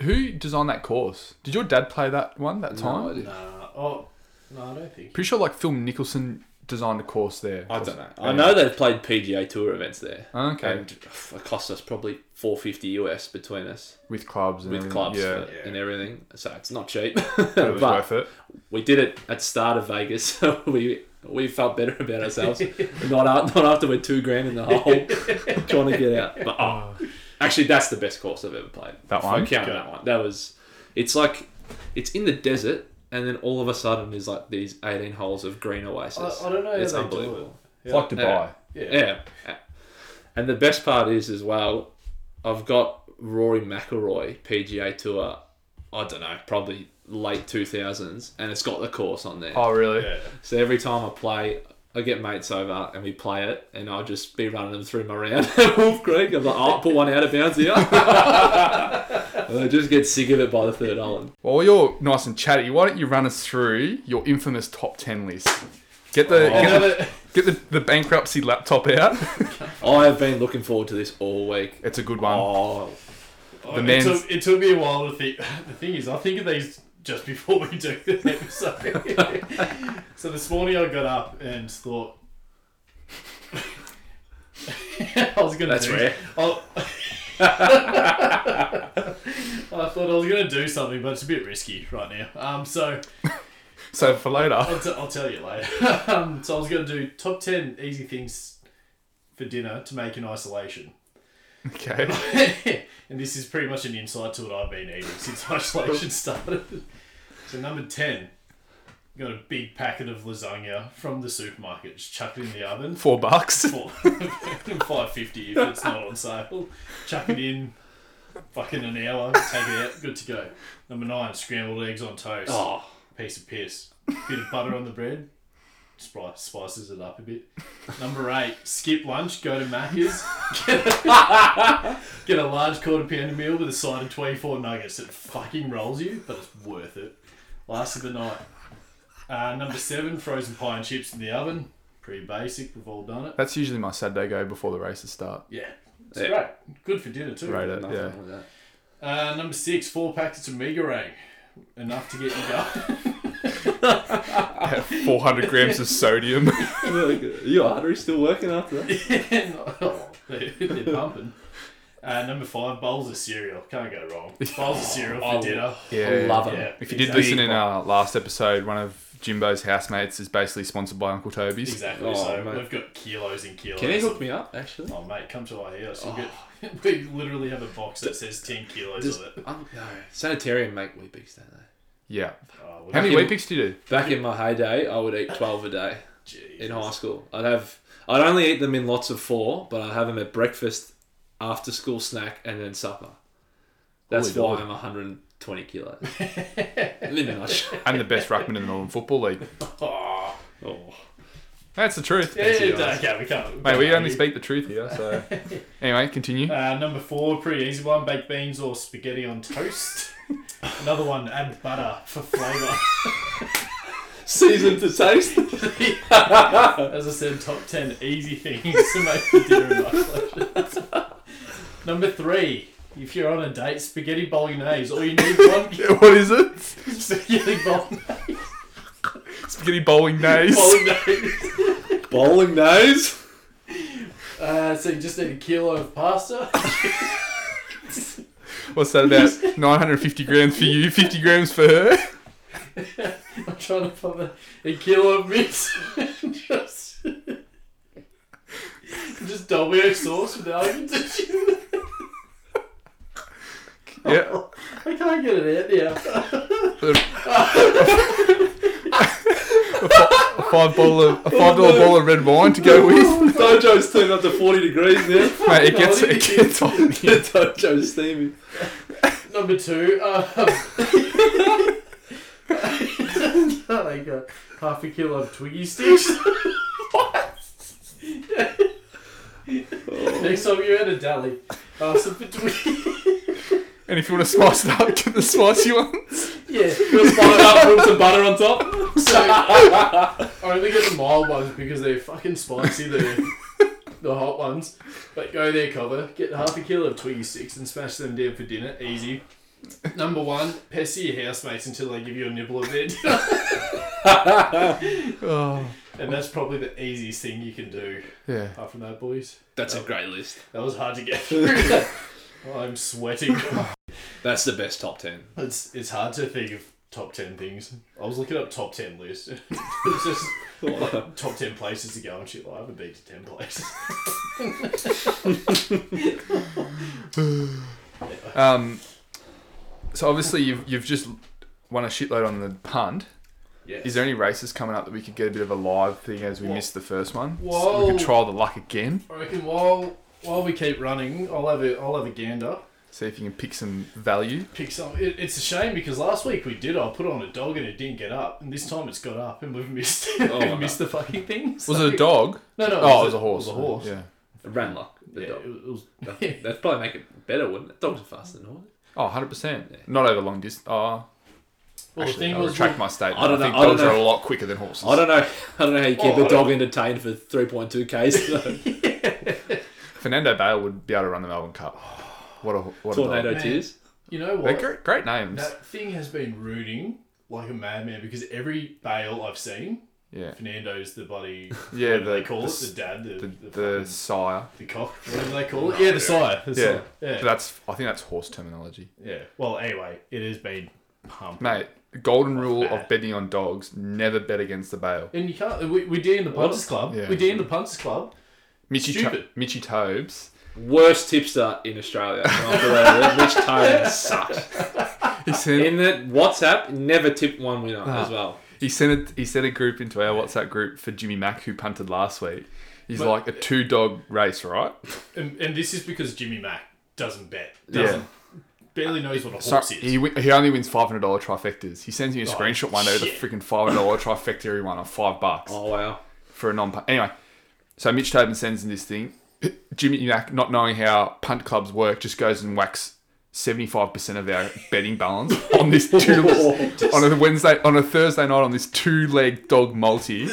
A: who designed that course? Did your dad play that one that time?
B: Nah, oh, no, I don't think.
A: Pretty sure like Phil Nicholson designed a course there.
C: I don't know. I know they've played PGA Tour events there.
A: Okay.
C: and it cost us probably four fifty US between us
A: with clubs and
C: with
A: everything.
C: clubs
A: Mm, Yeah,
C: for- and everything. So it's not cheap,
A: it was
C: but
A: worth it.
C: we did it at the start of Vegas, so we we felt better about ourselves. not out, not after we're two grand in the hole, trying to get out. But oh, actually, that's the best course I've ever played.
A: That
C: If
A: one?
C: I count that one. That was. It's like, it's in the desert, and then all of a sudden there's like these eighteen holes of green oasis.
B: I- I don't know how
C: It's
B: they do
C: unbelievable.
A: It's like Dubai.
C: Yeah. And the best part is as well, I've got Rory McIlroy PGA Tour. I don't know, probably late two thousands, and it's got the course on there.
A: Oh really?
B: Yeah.
C: So every time I play, I get mates over and we play it, and I'll just be running them through my round at Wolf Creek. I'm like, oh, I'll put one out of bounds here. and I just get sick of it by the third island.
A: Well, you're nice and chatty. Why don't you run us through your infamous top ten list? Get the get, the,
B: Another-
A: get the, the bankruptcy laptop out.
C: I have been looking forward to this all week.
A: it's a good one.
C: Oh,
A: the
B: it,
A: man's
B: took, it took me a while to think. The thing is, I think of these just before we do this episode. so this morning I got up and thought, I was gonna.
C: That's
B: do,
C: rare.
B: I'll- I thought I was gonna do something, but it's a bit risky right now. Um, so
A: So for later.
B: I'll, t- I'll tell you later. um, so I was gonna do top ten easy things for dinner to make in isolation,
A: Okay.
B: and this is pretty much an insight to what I've been eating since isolation started. So number ten, got a big packet of lasagna from the supermarket, just chuck it in the oven.
A: Four bucks.
B: five fifty if it's not on sale. Chuck it in, fucking an hour, take it out, good to go. Number nine, scrambled eggs on toast.
C: Oh,
B: Piece of piss. Bit of butter on the bread. Spice, spices it up a bit. Number eight, skip lunch, go to Macca's. Get a, get a large quarter pounder meal with a side of 24 nuggets. It fucking rolls you, but it's worth it. Last of the night. Uh, number seven, frozen pie and chips in the oven. Pretty basic, we've all done it.
A: That's usually my Saturday go before the races start.
B: Yeah. It's
C: Yeah. eh?
B: great. Good for dinner too.
A: Right,
C: nothing
A: yeah.
C: wrong with that.
B: Uh, number six, four packets of Megarang. Enough to get you going.
A: 400 grams of sodium.
C: Look, Your artery's still working after that.
B: And, oh, they're, they're pumping. Uh, number five, bowls of cereal. Can't go wrong. Bowls of cereal for dinner.
A: Yeah.
C: Love it.
B: Yeah,
A: If you did
B: exactly.
A: listen in uh, our last episode, one of Jimbo's housemates is basically sponsored by Uncle Toby's.
B: Exactly.
C: Oh,
B: so
C: mate.
B: we've got kilos and kilos.
C: Can he hook me up, actually?
B: Oh, mate, come to our house. You'll Get, we literally have a box that says 10 kilos
C: Does-
B: of it.
C: um, no. Sanitarium make Weet-Bix, don't they?
A: Yeah.
B: Oh, we-
A: How many
C: Fucking-
A: wheat picks do you do?
C: Back in my heyday, I would eat 12 a day
B: Jesus.
C: in high school. I'd have... I'd only eat them in lots of four, but I'd have them at breakfast, after school snack, and then supper. That's
A: Holy
C: why
A: Lord.
C: I'm 120 kilos. In a nutshell.
A: And the best ruckman in the Northern Football League.
B: Oh,
C: Oh.
A: That's the truth.
B: yeah, okay, we can't.
A: Mate, we only speak the truth here, so. Anyway, continue.
B: Uh, number four, pretty easy one: baked beans or spaghetti on toast. Another one, add butter for flavour.
C: Season to taste.
B: As I said, top ten easy things to make for dinner in isolation. number three, if you're on a date, spaghetti bolognese. All you need one
A: What is it?
B: spaghetti bolognese.
A: Spaghetti bowling days.
B: bolognese.
C: Bowling nose.
B: Uh, so you just need a kilo of pasta.
A: What's that about? 950 grams for you, 50 grams for her.
B: I'm trying to find a, a kilo of meat. just, just Dolby sauce with almond.
A: Yeah.
B: I can't get it out now.
A: A five bottle of a five dollar bottle of red wine to go with.
C: Dojo's turned up to 40 degrees now.
A: Mate, it gets it gets on.
C: The Dojo's steaming.
B: Number two. Uh, I got half a kilo of Twiggy sticks. Next time you're at a deli, ask them for Twiggy.
A: And if you want to spice it up, get the spicy ones.
B: yeah.
C: Five up, put some butter on top.
B: So, I only get the mild ones because they're fucking spicy. The the hot ones. But go there, cover. Get half a kilo of Twiggy sticks and smash them down for dinner. Easy. Number one, pester your housemates until they give you a nibble of their dinner.
A: Oh,
B: And that's probably the easiest thing you can do.
A: yeah.
B: Apart from that, boys,
C: That's a great list.
B: that was hard to get through. I'm sweating.
C: That's the best top 10.
B: It's it's hard to think of top ten things. I was looking up top ten lists. it's just top ten places to go and shit. Like, I haven't been to ten places.
A: Um, so obviously you've you've just won a shitload on the punt.
B: Yeah.
A: Is there any races coming up that we could get a bit of a live thing as we missed the first one? So we
B: Whoa.
A: could try the luck again.
B: I reckon while while we keep running, I'll have a I'll have a gander.
A: See if you can pick some value.
B: Pick some. It, it's a shame because last week we did. I put on a dog and it didn't get up, and this time it's got up and we've missed
C: no.
B: we've missed the fucking thing.
A: Oh, Was
B: So-
A: it a dog?
B: No, no.
A: Oh, it was a horse.
B: It was a horse.
A: Yeah.
C: Ranlock. The
B: Yeah,
C: dog.
B: it was-
C: That-
B: it was-
C: That'd probably make it better, wouldn't it? Dogs are faster than horses.
A: Oh, 100 percent. Not over long distance. Oh,
B: Well, the
A: actually,
B: thing
A: I
B: was,
A: retract my statement. I,
C: I don't know-
A: think
C: I don't
A: dogs are a
C: know.
A: lot quicker than horses.
C: I don't know. I don't know how you keep
B: Oh, I
C: a dog entertained for 3.2 Ks. though.
A: Fernando Bale would be able to run the Melbourne Cup. What a what a
C: Tornado
A: dog.
B: Man.
C: tears.
B: you know
A: They're
B: what?
A: great, great names.
B: That thing has been rooting like a madman because every bail I've seen
A: Yeah.
B: Fernando's the bloody
A: Yeah,
B: what do
A: the-
B: they call
A: the
B: it
A: s-
B: the dad the
A: The,
B: the,
A: the,
B: fucking-
A: sire.
B: the cock whatever they call it yeah the sire the
A: Yeah.
B: sire. yeah
A: But that's I think that's horse terminology.
B: yeah well anyway it has been pumped
A: Mate, the golden rule of
B: Bad.
A: betting on dogs, never bet against the bail.
B: and you can't we, we did in the punters club
A: Yeah.
B: we did in the punters club
A: Mitchy, to-
B: Stupid.
A: Mitchy Tobes.
C: Worst tipster in Australia. After that, which tone sucks.
A: He sent,
C: In that WhatsApp, never tipped one winner as well.
A: he sent a, he sent a group into our WhatsApp group for Jimmy Mack who punted last week. He's like a two dog race, right?
B: and, and this is because Jimmy Mack doesn't bet doesn't barely knows what a
A: So
B: horse is
A: he, win- he only wins five hundred dollar trifectas. He sends me a screenshot one day of the
B: shit.
A: freaking five hundred dollar trifecta he won on five bucks.
C: Oh wow.
A: for a non punt. Anyway, so Mitch Tobin sends in this thing. Jimmy Mack, not knowing how punt clubs work, just goes and whacks seventy five percent of our betting balance on this two on a Wednesday on a Thursday night on this two leg dog multi.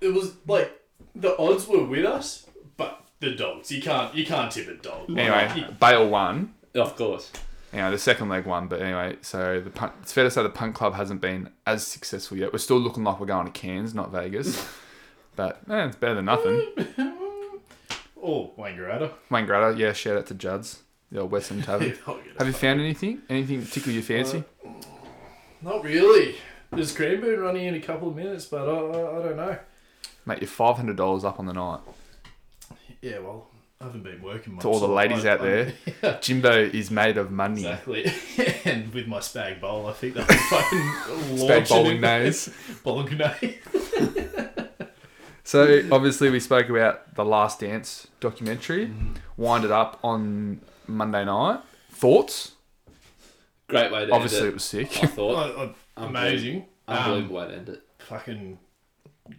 B: it was like the odds were with us but the dogs you can't you can't tip a dog
A: Anyway,
B: You-
A: Bale won.
C: Of course.
A: You know, the second leg won, but anyway, so the punt, it's fair to say the punt club hasn't been as successful yet. We're still looking like we're going to Cairns, not Vegas. But eh, it's better than nothing.
B: oh Wayne Garata
A: Wayne Gratter, yeah, shout out to Judd's, the old Western Tavern. Have you found anything? Anything tickle your fancy?
B: Not really. There's Cranbourne running in a couple of minutes, but I, I, I don't know.
A: Mate, you're five hundred dollars up on the night.
B: Yeah, well, I haven't been working much.
A: To all the
B: so
A: ladies
B: I-
A: out there, Jimbo is made of money.
B: Exactly. and with my spag bowl, I think that was fucking
A: Spag
B: launching
A: bowling
B: it.
A: days.
B: Bolognese.
A: So obviously we spoke about the Last Dance documentary. Wind it up on Monday night. Thoughts?
C: Great way to
A: Obviously it
C: end
A: was sick.
C: it. I thought.
B: Oh, oh, Amazing. Um,
C: Unbelievable way to end it.
B: fucking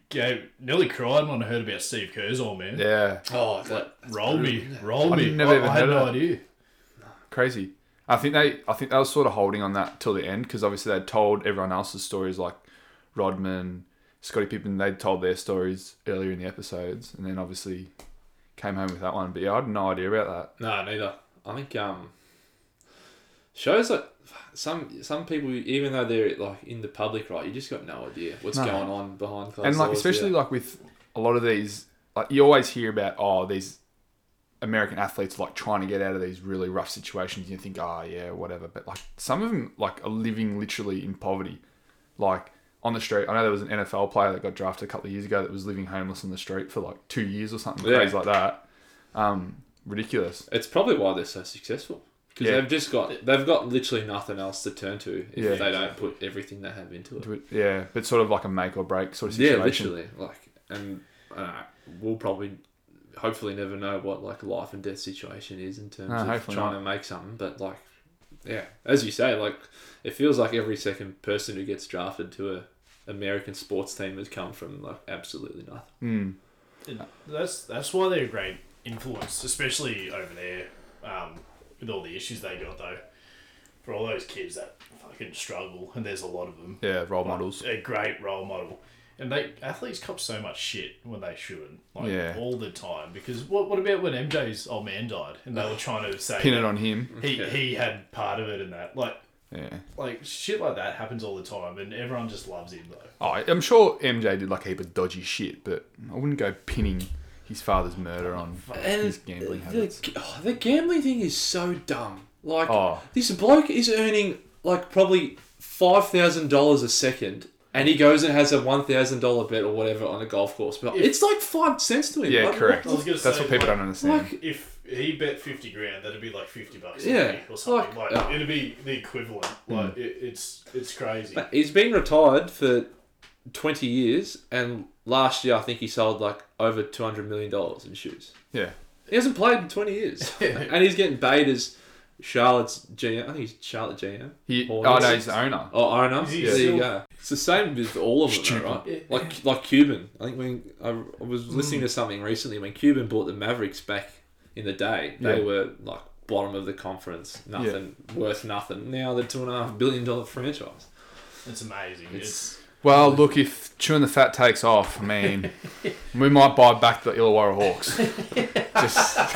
B: gave, nearly cried when I heard about Steve Kersall, man.
A: Yeah,
C: Oh, it's like
B: Roll me, roll
A: I
B: me.
A: never
B: I,
A: even
B: I had
A: heard
B: no
A: of that.
B: idea.
A: crazy. I think they, I think they were sort of holding on that till the end because obviously they'd told everyone else's stories like Rodman, Scotty Pippen. They'd told their stories earlier in the episodes, and then obviously came home with that one. But yeah, I had no idea about that.
C: No, neither. I think um, shows like some some people, even though they're like in the public, right, you just got no idea what's
A: No.
C: going on behind closed
A: and like
C: doors,
A: especially
C: yeah.
A: like with a lot of these like you always hear about oh these american athletes like trying to get out of these really rough situations and you think oh yeah whatever but like some of them like are living literally in poverty like on the street i know there was an nfl player that got drafted a couple of years ago that was living homeless on the street for like two years or something
C: Yeah.
A: crazy like that um ridiculous
C: it's probably why they're so successful because
A: Yeah.
C: they've just got they've got literally nothing else to turn to if
A: Yeah.
C: they don't put everything they have into it.
A: But, yeah but sort of like a make or break sort of
C: Yeah,
A: situation
C: literally. Like, and uh, we'll probably hopefully never know what like life and death situation is in terms
A: No,
C: of
A: hopefully
C: trying to make something. But like, yeah, as you say, like it feels like every second person who gets drafted to a American sports team has come from like absolutely nothing.
B: That's that's why they're a great influence, especially over there, um, with all the issues they got though. For all those kids that fucking struggle, and there's a lot of them.
A: yeah role models
B: A great role model, and they athletes cop so much shit when they shouldn't, like
A: Yeah.
B: all the time. Because what what about when MJ's old man died, and they were trying to say
A: pin it on him
C: Mm-hmm.
B: he he had part of it in that, like
A: yeah
B: like shit like that happens all the time, and everyone just loves him though.
A: Oh, I'm sure MJ did like a heap of dodgy shit, but I wouldn't go pinning his father's murder on his
B: Uh,
A: gambling
C: the,
A: habits.
C: oh, the gambling thing is so dumb. Like
A: Oh.
C: this bloke is earning like probably five thousand dollars a second, and he goes and has a one thousand dollar bet or whatever on a golf course. But it's like five cents to him.
A: Yeah,
C: Like,
A: correct.
B: I was gonna
A: That's
B: say,
A: what people
B: like-
A: don't understand.
C: Like,
B: if he bet 50 grand that'd be like 50 bucks a
C: Yeah,
B: day or something
C: like-
B: like, it'd be the equivalent like it, it's it's crazy
C: But He's been retired for 20 years, and last year I think he sold like over 200 million dollars in shoes.
A: yeah,
C: He hasn't played in 20 years, and he's getting paid as Charlotte's GM. I think he's Charlotte GM.
A: he.
C: Or-
A: Oh no, he's the owner.
C: Oh, I know.
B: he
C: there
B: still-
C: you go. It's the same with all of them, though, right? Like like Cuban. I think when I I was listening to something recently, when Cuban bought the Mavericks back in the day, they
A: Yeah.
C: were like bottom of the conference, nothing worth nothing. Now they're two and a half billion dollar franchise.
B: it's amazing it's,
C: It's
A: Well, look, if chewing the fat takes off, I mean, we might buy back the Illawarra Hawks. Just,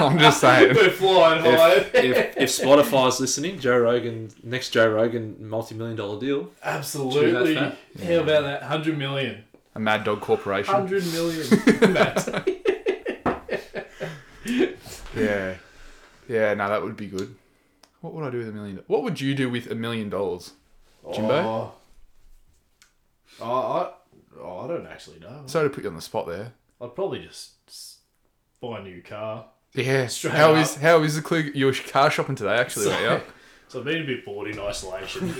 A: I'm just saying.
B: We're flying
C: If, if, if Spotify's listening, Joe Rogan, next Joe Rogan multi million dollar deal.
B: Absolutely.
C: Chew that
B: How about that? 100 million.
A: A Mad Dog Corporation.
B: 100 million. Matt.
A: Yeah. Yeah, no, that would be good. What would I do with a million? What would you do with a million dollars? Jimbo?
B: Oh, oh, I, oh, I don't actually know.
A: Sorry to put you on the spot there.
B: I'd probably just s- buy a new car.
A: Yeah.
B: Straight
A: how
B: up.
A: is how is the clue? You were car shopping today, actually. So, yeah.
B: So I've been a bit bored in isolation.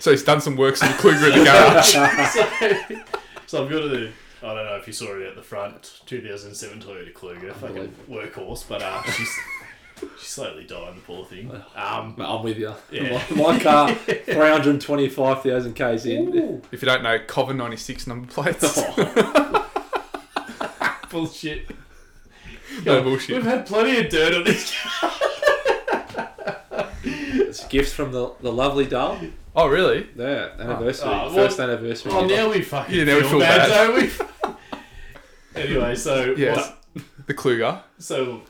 A: so he's done some work, some clue in the garage.
B: so, so I've got to. I don't know if you saw it at the front. 2007 Toyota Kluger, fucking workhorse, but uh, she's she's slowly dying, the poor thing. Um,
C: Mate, I'm with you.
B: Yeah.
C: My, my car, 325,000 Ks in.
A: if you don't know, Cover ninety six number plates.
B: Oh. bullshit.
A: no
B: We've
A: bullshit.
B: had plenty of dirt on this.
C: It's a gift from the, the lovely Dale.
A: Oh really?
C: Yeah, anniversary.
B: Oh, well-
C: first anniversary.
B: Oh, now we fucking
A: Yeah, now we
B: feel,
A: feel
B: bad,
A: bad.
B: don't we? anyway, so
A: Yes.
B: what-
A: The Kluger.
B: so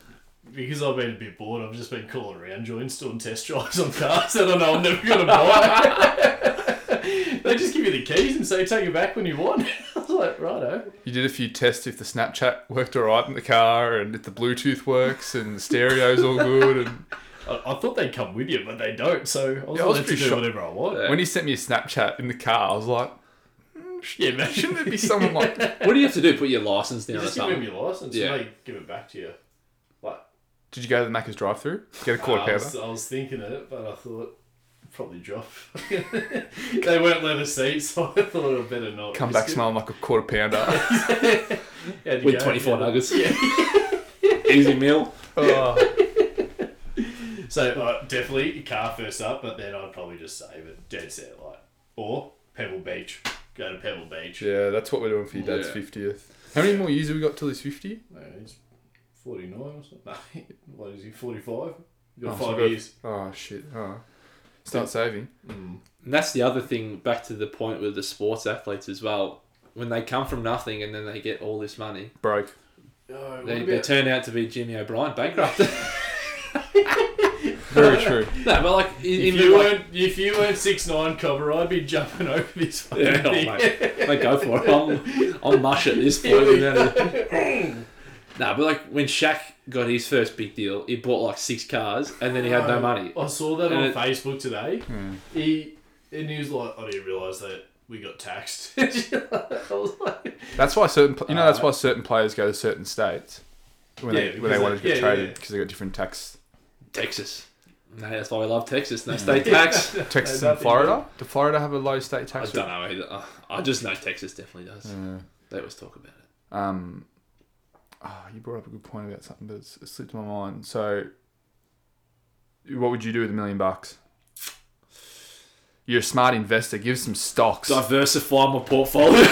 B: because I've been a bit bored, I've just been calling around, joints, doing test drives on cars that I know I'm never gonna buy. they just give you the keys and say take it back when you want. I was like, righto.
A: You did a few tests if the Snapchat worked alright in the car, and if the Bluetooth works, and the stereo's all good. And
B: I, I thought they'd come with you, but they don't. So I was
A: Yeah, I was
B: allowed to
A: pretty
B: do
A: shocked.
B: whatever I want.
A: when he sent me a Snapchat in the car, I was like,
B: Yeah, man.
A: shouldn't it be someone like?
C: What do you have to do? Put your license down or
B: just give them
C: something?
B: your license
C: Yeah.
B: and they give it back to you. Like
A: Did you go to the Macca's drive-through? Get a quarter
B: I
A: pounder.
B: was, I was thinking it, but I thought probably drop. they weren't leather seats, so I thought I'd better not.
A: Come back
B: risk it.
A: smelling like a quarter pounder.
B: How'd you
C: With
B: go?
C: 24
B: Yeah.
C: nuggets. Easy meal.
A: Oh,
B: So uh, definitely car first up, but then I'd probably just save it dead set like or Pebble Beach. Go to Pebble Beach.
A: yeah, that's what we're doing for your dad's
C: Yeah.
A: fiftieth. How many more years have we got till his fifty?
B: No, he's forty nine or something. No, what is he? Forty five. You
A: Oh,
B: got
A: so
B: five
A: we've got-
B: years.
A: Oh shit! Oh. Start saving.
C: And that's the other thing, back to the point with the sports athletes as well. When they come from nothing and then they get all this money,
A: Broke.
B: No, Oh, what
C: they, they
B: about-
C: turn out to be Jimmy O'Brien bankrupt. no,
A: Very true.
C: but like, in,
B: if
C: in
B: you
C: like,
B: weren't if you weren't six nine cover, I'd be jumping over this fucking
C: yeah, oh,
B: thing.
C: mate, mate, go for it. I'm, I'm mush at this point. you know. nah, but like when Shaq got his first big deal, he bought like six cars and then he had no money.
B: I saw that
C: And
B: on
C: it-
B: Facebook today. He and he was like, I didn't realise that we got taxed. I was like,
A: That's why certain. pl- You know, that's why certain players go to certain states when
B: Uh, Yeah,
A: they when they
B: because
A: want
B: they-
A: to get
B: yeah, yeah,
A: traded
B: yeah.
A: because they got different tax
C: Texas. No, that's why we love Texas. No state tax.
A: Texas
B: nothing
A: and Florida. Do Florida have a low state
C: I
A: tax rate?
C: don't know either. Uh, I just know Texas definitely does. They always talk about it.
A: Um, ah, you brought up a good point about something, but it's, it slipped my mind. So, what would you do with a million bucks? You're a smart investor. Give some stocks.
C: Diversify my portfolio.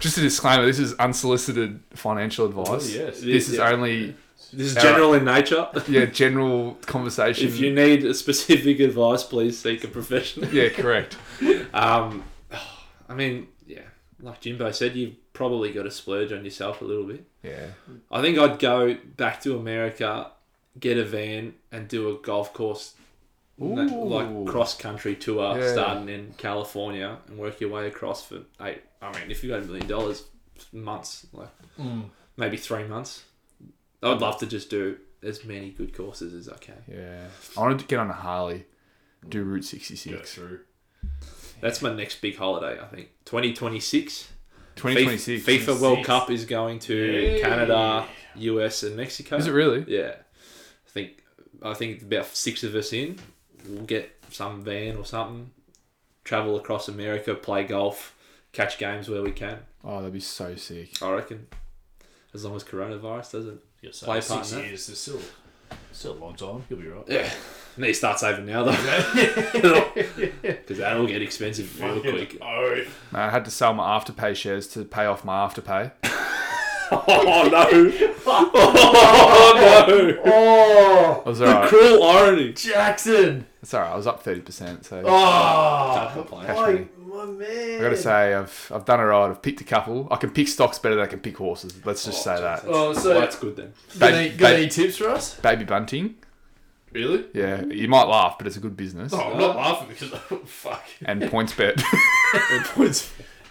A: Just a disclaimer: this is unsolicited financial advice.
B: Oh, yes.
A: This is
C: Yeah.
A: only
C: This is general in nature.
A: yeah general conversation.
C: If you need a specific advice, please seek a professional.
A: yeah, correct.
C: Um, I mean, yeah, like Jimbo said, you've probably got to splurge on yourself a little bit.
A: Yeah,
C: I think I'd go back to America, get a van, and do a golf course na-
A: Ooh.
C: like cross country tour,
A: Yeah.
C: starting in California and work your way across for eight. I mean, if you got a million dollars, months, like
A: Mm.
C: maybe three months. I would love to just do as many good courses as I can.
A: yeah. I want to get on a Harley, do Route sixty
B: Go
A: six,
B: through.
C: That's my next big holiday. I think 2026.
A: twenty twenty
C: FIFA,
A: six.
C: FIFA World Cup is going to
B: Yay.
C: Canada, US, and Mexico.
A: Is it really?
C: Yeah, I think I think about six of us in. We'll get some van or something, travel across America, play golf, catch games where we can.
A: Oh, that'd be so sick.
C: I reckon, as long as coronavirus doesn't.
B: Yeah, so
C: Play
B: six
C: partner.
B: years is still still a long time. You'll be right.
C: Yeah, I need to start saving now though, because that'll get expensive real quick.
B: Oh,
A: Mate, I had to sell my afterpay shares to pay off my afterpay.
C: Oh no! Oh no!
B: Oh,
A: I was alright.
C: Cruel irony.
B: Jackson.
A: It's alright. I was up thirty percent. So
B: Oh,
A: cash
B: my,
A: money.
B: my man.
A: I gotta say, I've I've done it right. I've picked a couple. I can pick stocks better than I can pick horses. Let's just say that.
B: Oh, so
C: Well, that's good then.
B: got,
A: Ba-
B: any, got
A: ba-
B: any tips for us?
A: Baby bunting.
B: Really?
A: Yeah, you might laugh, but it's a good business.
B: Oh, I'm not laughing because oh, fuck.
A: And points bet.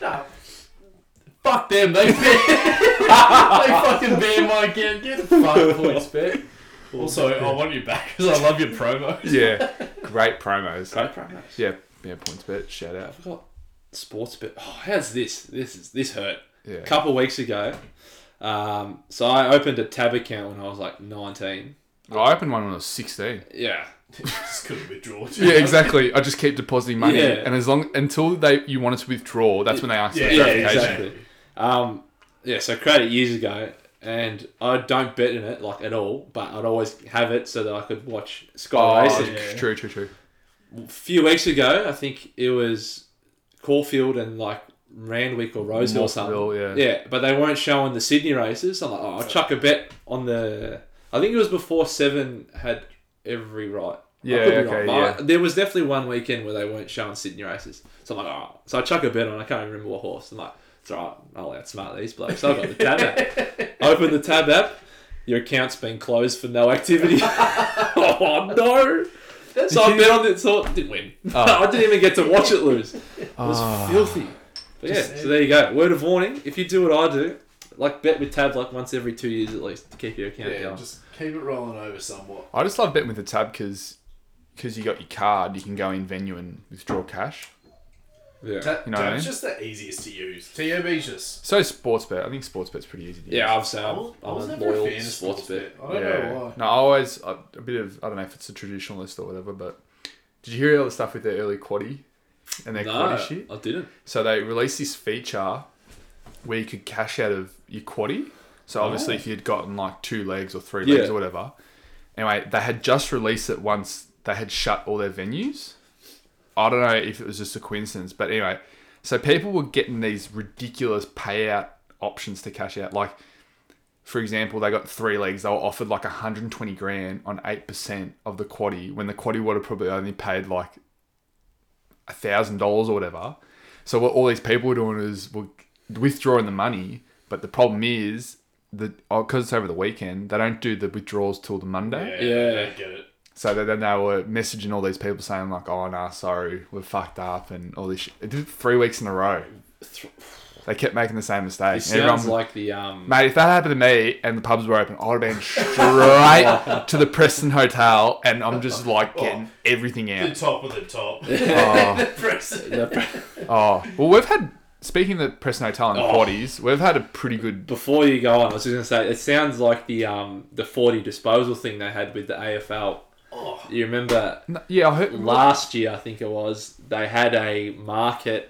B: Nah. Fuck them. They ban- they fucking ban my account. Get the fuck points bet. Also, I want you back because I love your promos.
A: yeah, great promos.
C: Great promo.
A: Yeah, yeah, points bet. Shout out.
C: forgot sports bet. Oh, how's this? This is this hurt.
A: Yeah.
C: A couple weeks ago, um, so I opened a tab account when I was like nineteen.
A: Well, I opened one when I was sixteen.
C: Yeah,
B: This could have been drawn.
A: Yeah, exactly. I just keep depositing money,
C: Yeah.
A: and as long until they you want us to withdraw, that's when they ask
B: Yeah,
A: for
B: yeah,
A: verification.
C: exactly. Um, yeah, so I created it years ago, and I don't bet in it like at all, but I'd always have it so that I could watch Sky
A: Oh,
C: Racing.
B: yeah.
A: true, true, true.
C: A few weeks ago, I think it was Caulfield and like. Randwick or Rosehill or something.
A: Morphville, yeah.
C: yeah, but they weren't showing the Sydney races. I'm like, oh, I'll chuck a bet on the. I think it was before Seven had every right. I
A: Yeah,
C: could be
A: okay,
C: wrong, but
A: yeah.
C: I- There was definitely one weekend where they weren't showing Sydney races. So I'm like, oh. So I chuck a bet on, I can't even remember what horse. I'm like, it's all right, I'll outsmart these blokes. So I got the tab app. Open the tab app, your account's been closed for no activity. oh, no. so I bet on it, so it didn't win. I didn't even get to watch it lose. Oh. It was filthy. But yeah, so there you go. Word of warning: if you do what I do, like bet with tab like once every two years at least to keep your account going.
B: just keep it rolling over somewhat.
A: I just love betting with the tab because you got your card, you can go in venue and withdraw cash.
C: yeah.
A: You know what I mean?
B: just the easiest to use. TOB's just.
A: So sports bet, I think sports bet's pretty easy. To
C: yeah,
A: use.
C: I've said I'm, I'm a Uh, loyal sports bet.
B: I don't
A: yeah.
B: know why.
A: No, I always I- a bit of I don't know if it's a traditionalist or whatever, but did you hear all the stuff with their early quaddy and their
C: No,
A: quaddy shit?
C: I didn't.
A: So they released this feature where you could cash out of your quaddy. So obviously, if you'd gotten like two legs or three legs
C: Yeah.
A: or whatever. Anyway, they had just released it once they had shut all their venues. I don't know if it was just a coincidence, but anyway, so people were getting these ridiculous payout options to cash out. Like, for example, they got three legs. They were offered like 120 grand on 8% of the quaddy when the quaddy would have probably only paid like $1,000 or whatever. So what all these people were doing is were withdrawing the money, but the problem is that because it's over the weekend, they don't do the withdrawals till the Monday.
B: I
C: Yeah.
B: don't get it.
A: So that- then they were messaging all these people saying like, "Oh nah, sorry, we're fucked up," and all this. Shit. It did it three weeks in a row. They kept making the same mistake.
C: It
A: And everyone
C: sounds
A: was-
C: like the um.
A: Mate, if that happened to me and the pubs were open, I'd have been straight to the Preston Hotel, and I'm just like getting everything
B: The
A: out.
B: top of the top. Press it.
A: Oh well, we've had speaking of the Preston Hotel and
C: Oh.
A: quaddies, we've had a pretty good.
C: Before you go on, I was just gonna say it sounds like the um the forty disposal thing they had with the AFL. You remember
A: Yeah, I heard,
C: last year, I think it was, they had a market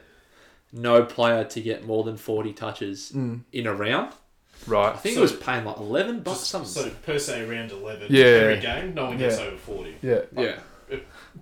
C: no player to get more than 40 touches
A: Hmm.
C: in a round.
A: right.
C: I think
B: So-
C: it was paying like 11 bucks something.
B: So per se, round eleven.
A: Yeah.
B: Every game, no one gets
A: Yeah.
B: over forty.
A: yeah,
C: yeah.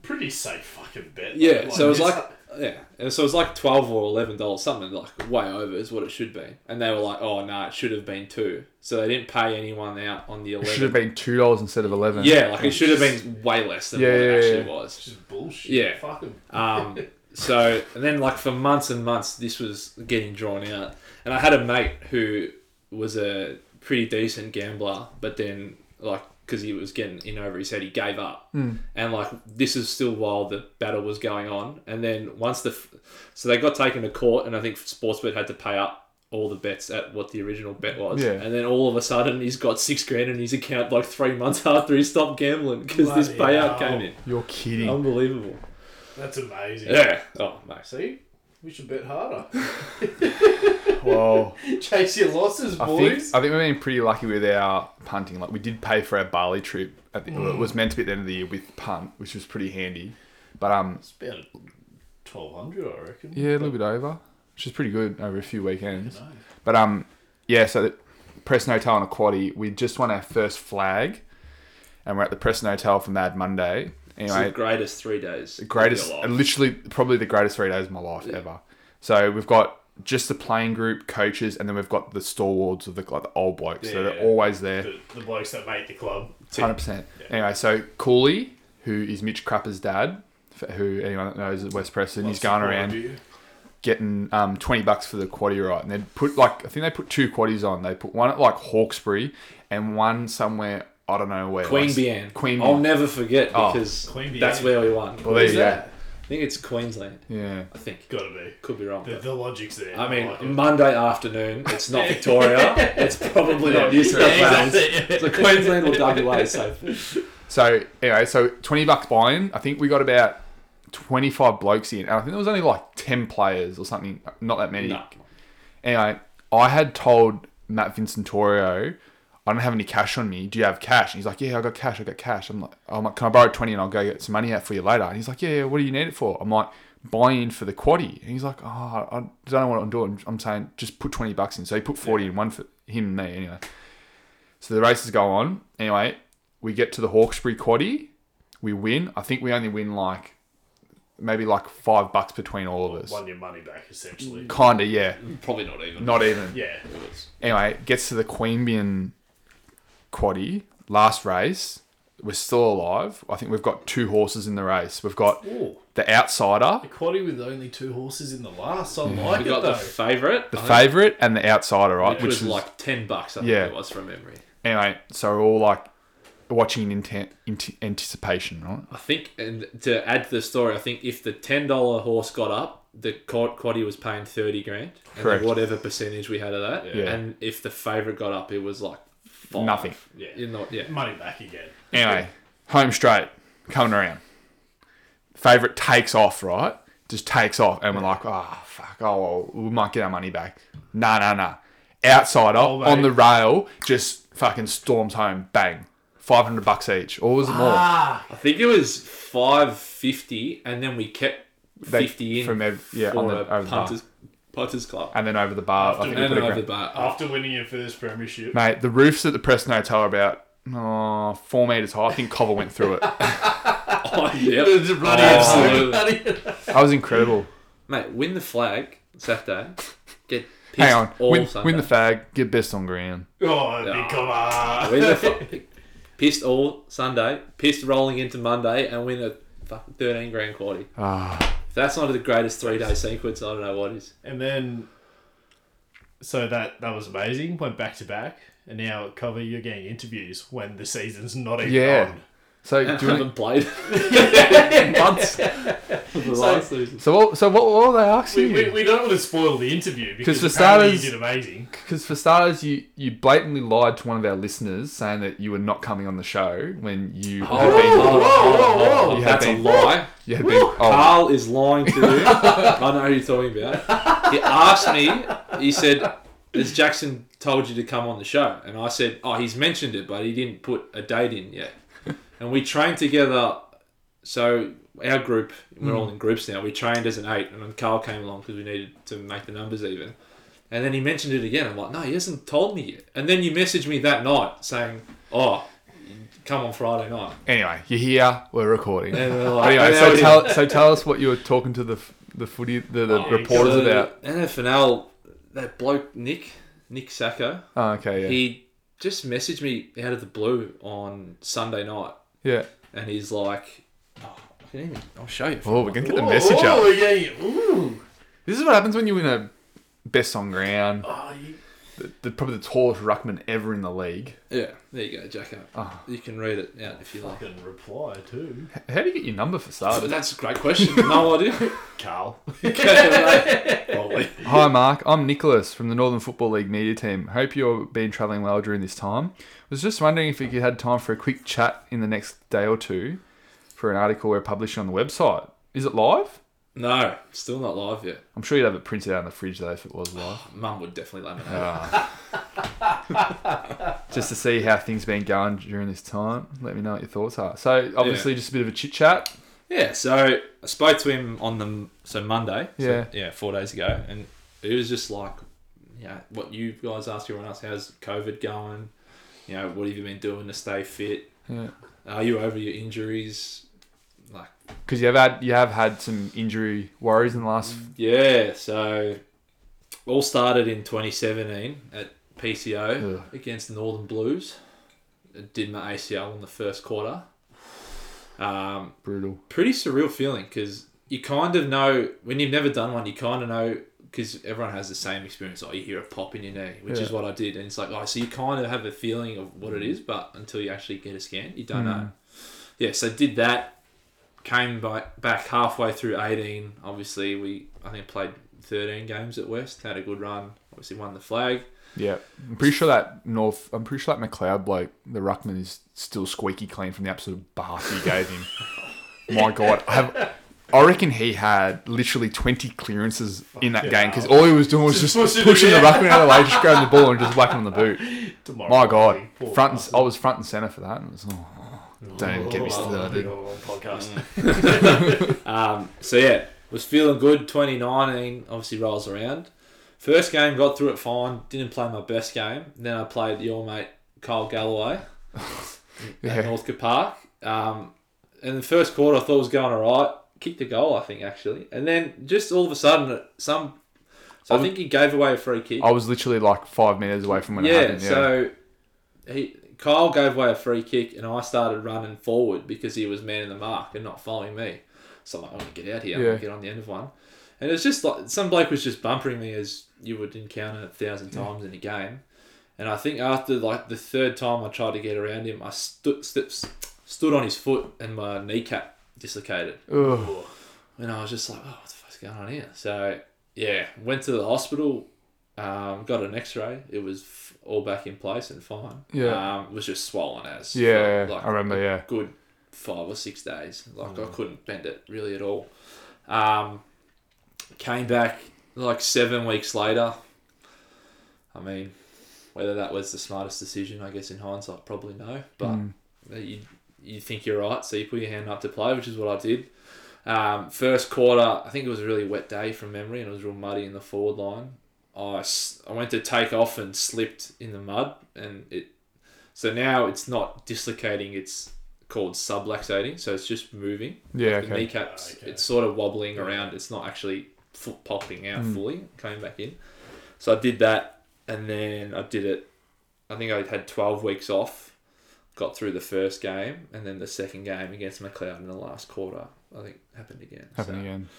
B: Pretty safe fucking bet.
C: Yeah. so it was
B: it's-
C: like yeah. And so it was like 12 or 11 dollars something like way over is what it should be. And they were like, "Oh no, it should have been 2." So they didn't pay anyone out on the
A: it should have
C: 11.
A: been two dollars instead of eleven.
C: Yeah, like it should have been way less than
A: Yeah,
C: what
A: yeah,
C: it actually
A: yeah.
C: was.
B: It's just bullshit.
C: Yeah.
B: Fuck 'em.
C: Um, so, and then like for months and months, this was getting drawn out. And I had a mate who was a pretty decent gambler, but then like because he was getting in over his head, he gave up. And like this is still while the battle was going on. And then once the f- so they got taken to court, and I think Sportsbet had to pay up. All the bets at what the original bet was,
A: Yeah.
C: and then all of a sudden he's got six grand in his account like three months after he stopped gambling because this
B: Bloody
C: payout
B: hell.
C: came
A: You're
C: in.
A: kidding.
C: Unbelievable.
B: That's amazing.
C: Yeah. Oh, mate.
B: See, we should bet harder.
A: Whoa.
B: Chase your losses,
A: I think,
B: boys.
A: I think we've been pretty lucky with our punting. Like we did pay for our Bali trip. At the, well,
C: Mm.
A: It was meant to be at the end of the year with punt, which was pretty handy. But um,
B: It's about twelve hundred, I reckon.
A: yeah, a little bit over, which is pretty good over a few weekends. But um, yeah. So the Preston Hotel and a quaddy. We just won our first flag, and we're at the Preston Hotel for Mad Monday.
C: It's
A: Anyway,
C: the greatest three days.
A: greatest,
C: Of your life.
A: literally, probably the greatest three days of my life ever. So we've got just the playing group, coaches, and then we've got the stalwarts of the like the old blokes. so they're
B: Yeah.
A: always there,
B: The, the blokes that made the club.
A: hundred percent. Anyway, so Cooley, who is Mitch Crapper's dad, f- who anyone that knows at West Preston, he's going around getting um, 20 bucks for the quaddy right and they'd put like i think they put two quaddies on they put one at like hawkesbury and one somewhere i don't know where
C: Queen
A: like,
C: Bian.
A: queen
C: I'll
A: Bee-
C: never forget
A: Oh.
C: because
B: Queen
C: that's
B: Bee.
C: where we won.
A: well, there you go.
C: I think it's Queensland.
A: yeah
C: I think.
B: Gotta be.
C: Could be wrong.
B: The,
C: but-
B: the Oh, logic's there.
C: I mean,
B: like it.
C: Monday afternoon. It's not Victoria. it's probably not New South Wales.
B: exactly, yeah.
C: So Queensland or WA. So
A: so anyway so 20 bucks buy-in i think we got about 25 blokes in and i think there was only like 10 players or something not that many
C: nah.
A: anyway i had told matt vincentorio I don't have any cash on me. Do you have cash? And he's like, Yeah, I got cash. I got cash. I'm like, I'm like, Can I borrow 20 and I'll go get some money out for you later? And he's like, Yeah, yeah what do you need it for? I'm like, Buy in for the quaddy. And he's like, Oh, I don't know what I'm doing. I'm saying, Just put 20 bucks in. So he put 40 in one for him and me, anyway. So the races go on. Anyway, we get to the Hawkesbury quaddy. We win. I think we only win like maybe like five bucks between all of us.
B: won your money back essentially.
A: Kinda, yeah.
C: Probably not even.
A: Not even.
B: Yeah.
A: Anyway, gets to the Queanbeyan quaddy, last race. We're still alive. I think we've got two horses in the race. We've got
B: Ooh.
A: the outsider,
B: A quaddy with only two horses in the last. I like
C: We
B: it
C: got
B: though.
C: the favourite.
A: the
C: I think
A: favourite, and the outsider, right?
C: It Uh-huh. was like ten bucks. I think
A: Yeah.
C: it was from memory.
A: anyway, so we're all like watching in, te- in t- anticipation, right?
C: I think, and to add to the story, I think if the ten dollar horse got up, the quad- quaddy was paying thirty grand, and
A: Correct.
C: whatever percentage we had of that.
A: Yeah.
C: And if the favourite got up, it was like five.
A: Nothing.
C: Yeah, you know, yeah.
B: Money back again.
A: Anyway, home straight, coming around. Favorite takes off, right? Just takes off, and we're like, oh, fuck, oh, well, we might get our money back. Nah, nah, nah. Outsider
B: Oh, mate.
A: on the rail just fucking storms home, bang. 500 bucks each, or was it more?
B: Ah,
C: I think it was five fifty, and then we kept
A: They-
C: fifty in
A: from ev- yeah,
C: for
A: on the-
C: a
A: over the bar.
C: punters, punters club.
A: And then over the bar, I think we
B: After-
C: and
A: put a
C: then over the
A: grand-
C: bar.
B: after winning your first premiership.
A: Mate, the roofs at the Preston Hotel are about oh, four metres high. I think Cover went through it.
C: Oh, yep.
B: It's a bloody
C: Oh,
B: absolute.
A: That was incredible.
C: Mate, win the flag Saturday. Get pissed
A: Hang on.
C: all
A: Win,
C: Sunday.
A: win the fag, get best on ground.
B: Oh, big come on.
C: Win the fu- pissed all Sunday. Pissed rolling into Monday and win a fucking thirteen grand quarter.
A: Ah.
C: If that's not the greatest three day sequence, I don't know what is.
B: And then, so that that was amazing. Went back to back, and now at cover you're getting interviews when the season's not even
A: Yeah.
B: on.
A: So,
C: I
A: do you
C: haven't
A: want
C: played in months. The last season.
A: so, what, so what, what were they asking
B: We,
A: you?
B: we, we don't want to spoil the interview because
A: for
B: apparently
A: starters-
B: you did amazing.
A: Because for starters, you, you blatantly lied to one of our listeners saying that you were not coming on the show when you had been.
C: Oh.
A: You have
C: That's a
A: been-
C: lie.
A: You had been oh,
C: Carl is lying to you. I know who you're talking about. He asked me, he said, Has Jackson told you to come on the show? And I said, Oh, he's mentioned it, but he didn't put a date in yet. And we trained together. So, our group, we're all in groups now, we trained as an eight, and then Carl came along because we needed to make the numbers even. And then he mentioned it again. I'm like, No, he hasn't told me yet. And then you messaged me that night saying, Oh, come on Friday night.
A: Anyway, you're here. We're recording.
C: And we're like,
A: Anyway,
C: "Oh,
A: so
C: yeah."
A: tell so tell us what you were talking to the f- the footy the, the reporters
C: Oh, So,
A: about.
C: NFNL, that bloke Nick, Nick Sacco,
A: Oh, okay, yeah,
C: he just messaged me out of the blue on Sunday night,
A: yeah.
C: and he's like, oh, I can even, "I'll show you."
A: Oh, we're gonna get the message
B: oh,
A: up.
B: we're getting- ooh.
A: This is what happens when you win a best on ground.
B: Oh, you-
A: The, the- probably the tallest ruckman ever in the league.
C: Yeah, there you go, Jacko.
A: Ah.
C: you can read it out if you like.
B: fucking reply too,
A: H- How do you get your number for
C: But
A: starters?
C: that's a great question. No idea.
B: Carl.
C: Probably.
A: Hi, Mark. I'm Nicholas from the Northern Football League media team. Hope you've been travelling well during this time. Was just wondering if you had time for a quick chat in the next day or two for an article we're publishing on the website. Is it live?
C: No, still not live yet.
A: I'm sure you'd have it printed out in the fridge though if it was live.
C: Mum would definitely laminate. it.
A: Just to see how things been going during this time. Let me know what your thoughts are. So obviously just a bit of a chit chat.
C: Yeah, so I spoke to him on the so Monday. so,
A: Yeah.
C: yeah, four days ago, and it was just like, you know, what you guys asked everyone else, how's COVID going? You know, what have you been doing to stay fit?
A: Yeah.
C: Are you over your injuries? Like, Mm.
A: Because you have had you have had some injury worries in the last
C: yeah, so all started in 2017 at PCO
A: Ugh.
C: against the Northern Blues. I did my ACL in the first quarter. Um,
A: Brutal.
C: pretty surreal feeling because you kind of know when you've never done one, you kind of know because everyone has the same experience. Like you hear a pop in your knee, which is
A: Yeah.
C: what I did, and it's like oh, so you kind of have a feeling of what it is, but until you actually get a scan, you don't know. Yeah, so did that. Came by, back halfway through eighteen. Obviously, we I think played thirteen games at West. Had a good run. Obviously, won the flag.
A: Yeah, I'm pretty sure that North. I'm pretty sure that McLeod bloke, the ruckman, is still squeaky clean from the absolute bath you gave him. My God, I, have, I reckon he had literally 20 clearances in that game because all he was doing was just,
B: pushing it,
A: pushing the
B: yeah.
A: ruckman out of the way, just grabbing the ball and just whacking on the boot.
B: Tomorrow
A: My God,
B: morning, poor
A: front and,
B: bastard.
A: I was front and center for that. And it was, oh, don't even get me started.
B: Oh, podcast.
C: Um, so yeah, was feeling good. 2019 obviously rolls around. First game got through it fine. Didn't play my best game. Then I played your mate Kyle Galloway
A: Yeah.
C: at Northcote Park. Um, and the first quarter I thought was going alright. Kicked a goal I think actually, and then just all of a sudden some. So I think he gave away a free kick.
B: oh.
A: I was literally like five meters away from when it
C: Yeah,
A: happened. Yeah,
C: so he Kyle gave away a free kick, and I started running forward because he was man in the mark and not following me. So I'm like, I want to get out here, I
A: Yeah.
C: want to get on the end of one. And it's just like some bloke was just bumpering me as you would encounter a thousand times in a game. And I think after like the third time I tried to get around him, I stood steps, stood on his foot and my kneecap dislocated.
A: Ugh.
C: And I was just like, oh, what the fuck's going on here? So, yeah, went to the hospital, um, got an x ray. It was f- all back in place and fine.
A: Yeah.
C: Um, it was just swollen as. for,
A: yeah, I remember.
C: a
A: Yeah,
C: Good five or six days. Like, I couldn't bend it really at all. Um, came back like seven weeks later. I mean, whether that was the smartest decision, I guess in hindsight, probably no. But you you think you're right, so you put your hand up to play, which is what I did. Um, first quarter, I think it was a really wet day from memory, and it was real muddy in the forward line. I, s- I went to take off and slipped in the mud, and it so now it's not dislocating; it's called subluxating, so it's just moving.
A: yeah,
C: The
A: okay.
C: kneecaps,
B: Okay.
C: it's sort of wobbling around. It's not actually fu- popping
A: Hmm.
C: out fully, coming back in. So I did that, and then I did it. I think I had 12 weeks off, got through the first game, and then the second game against McLeod in the last quarter, I think happened again.
A: Happened
C: So-
A: again.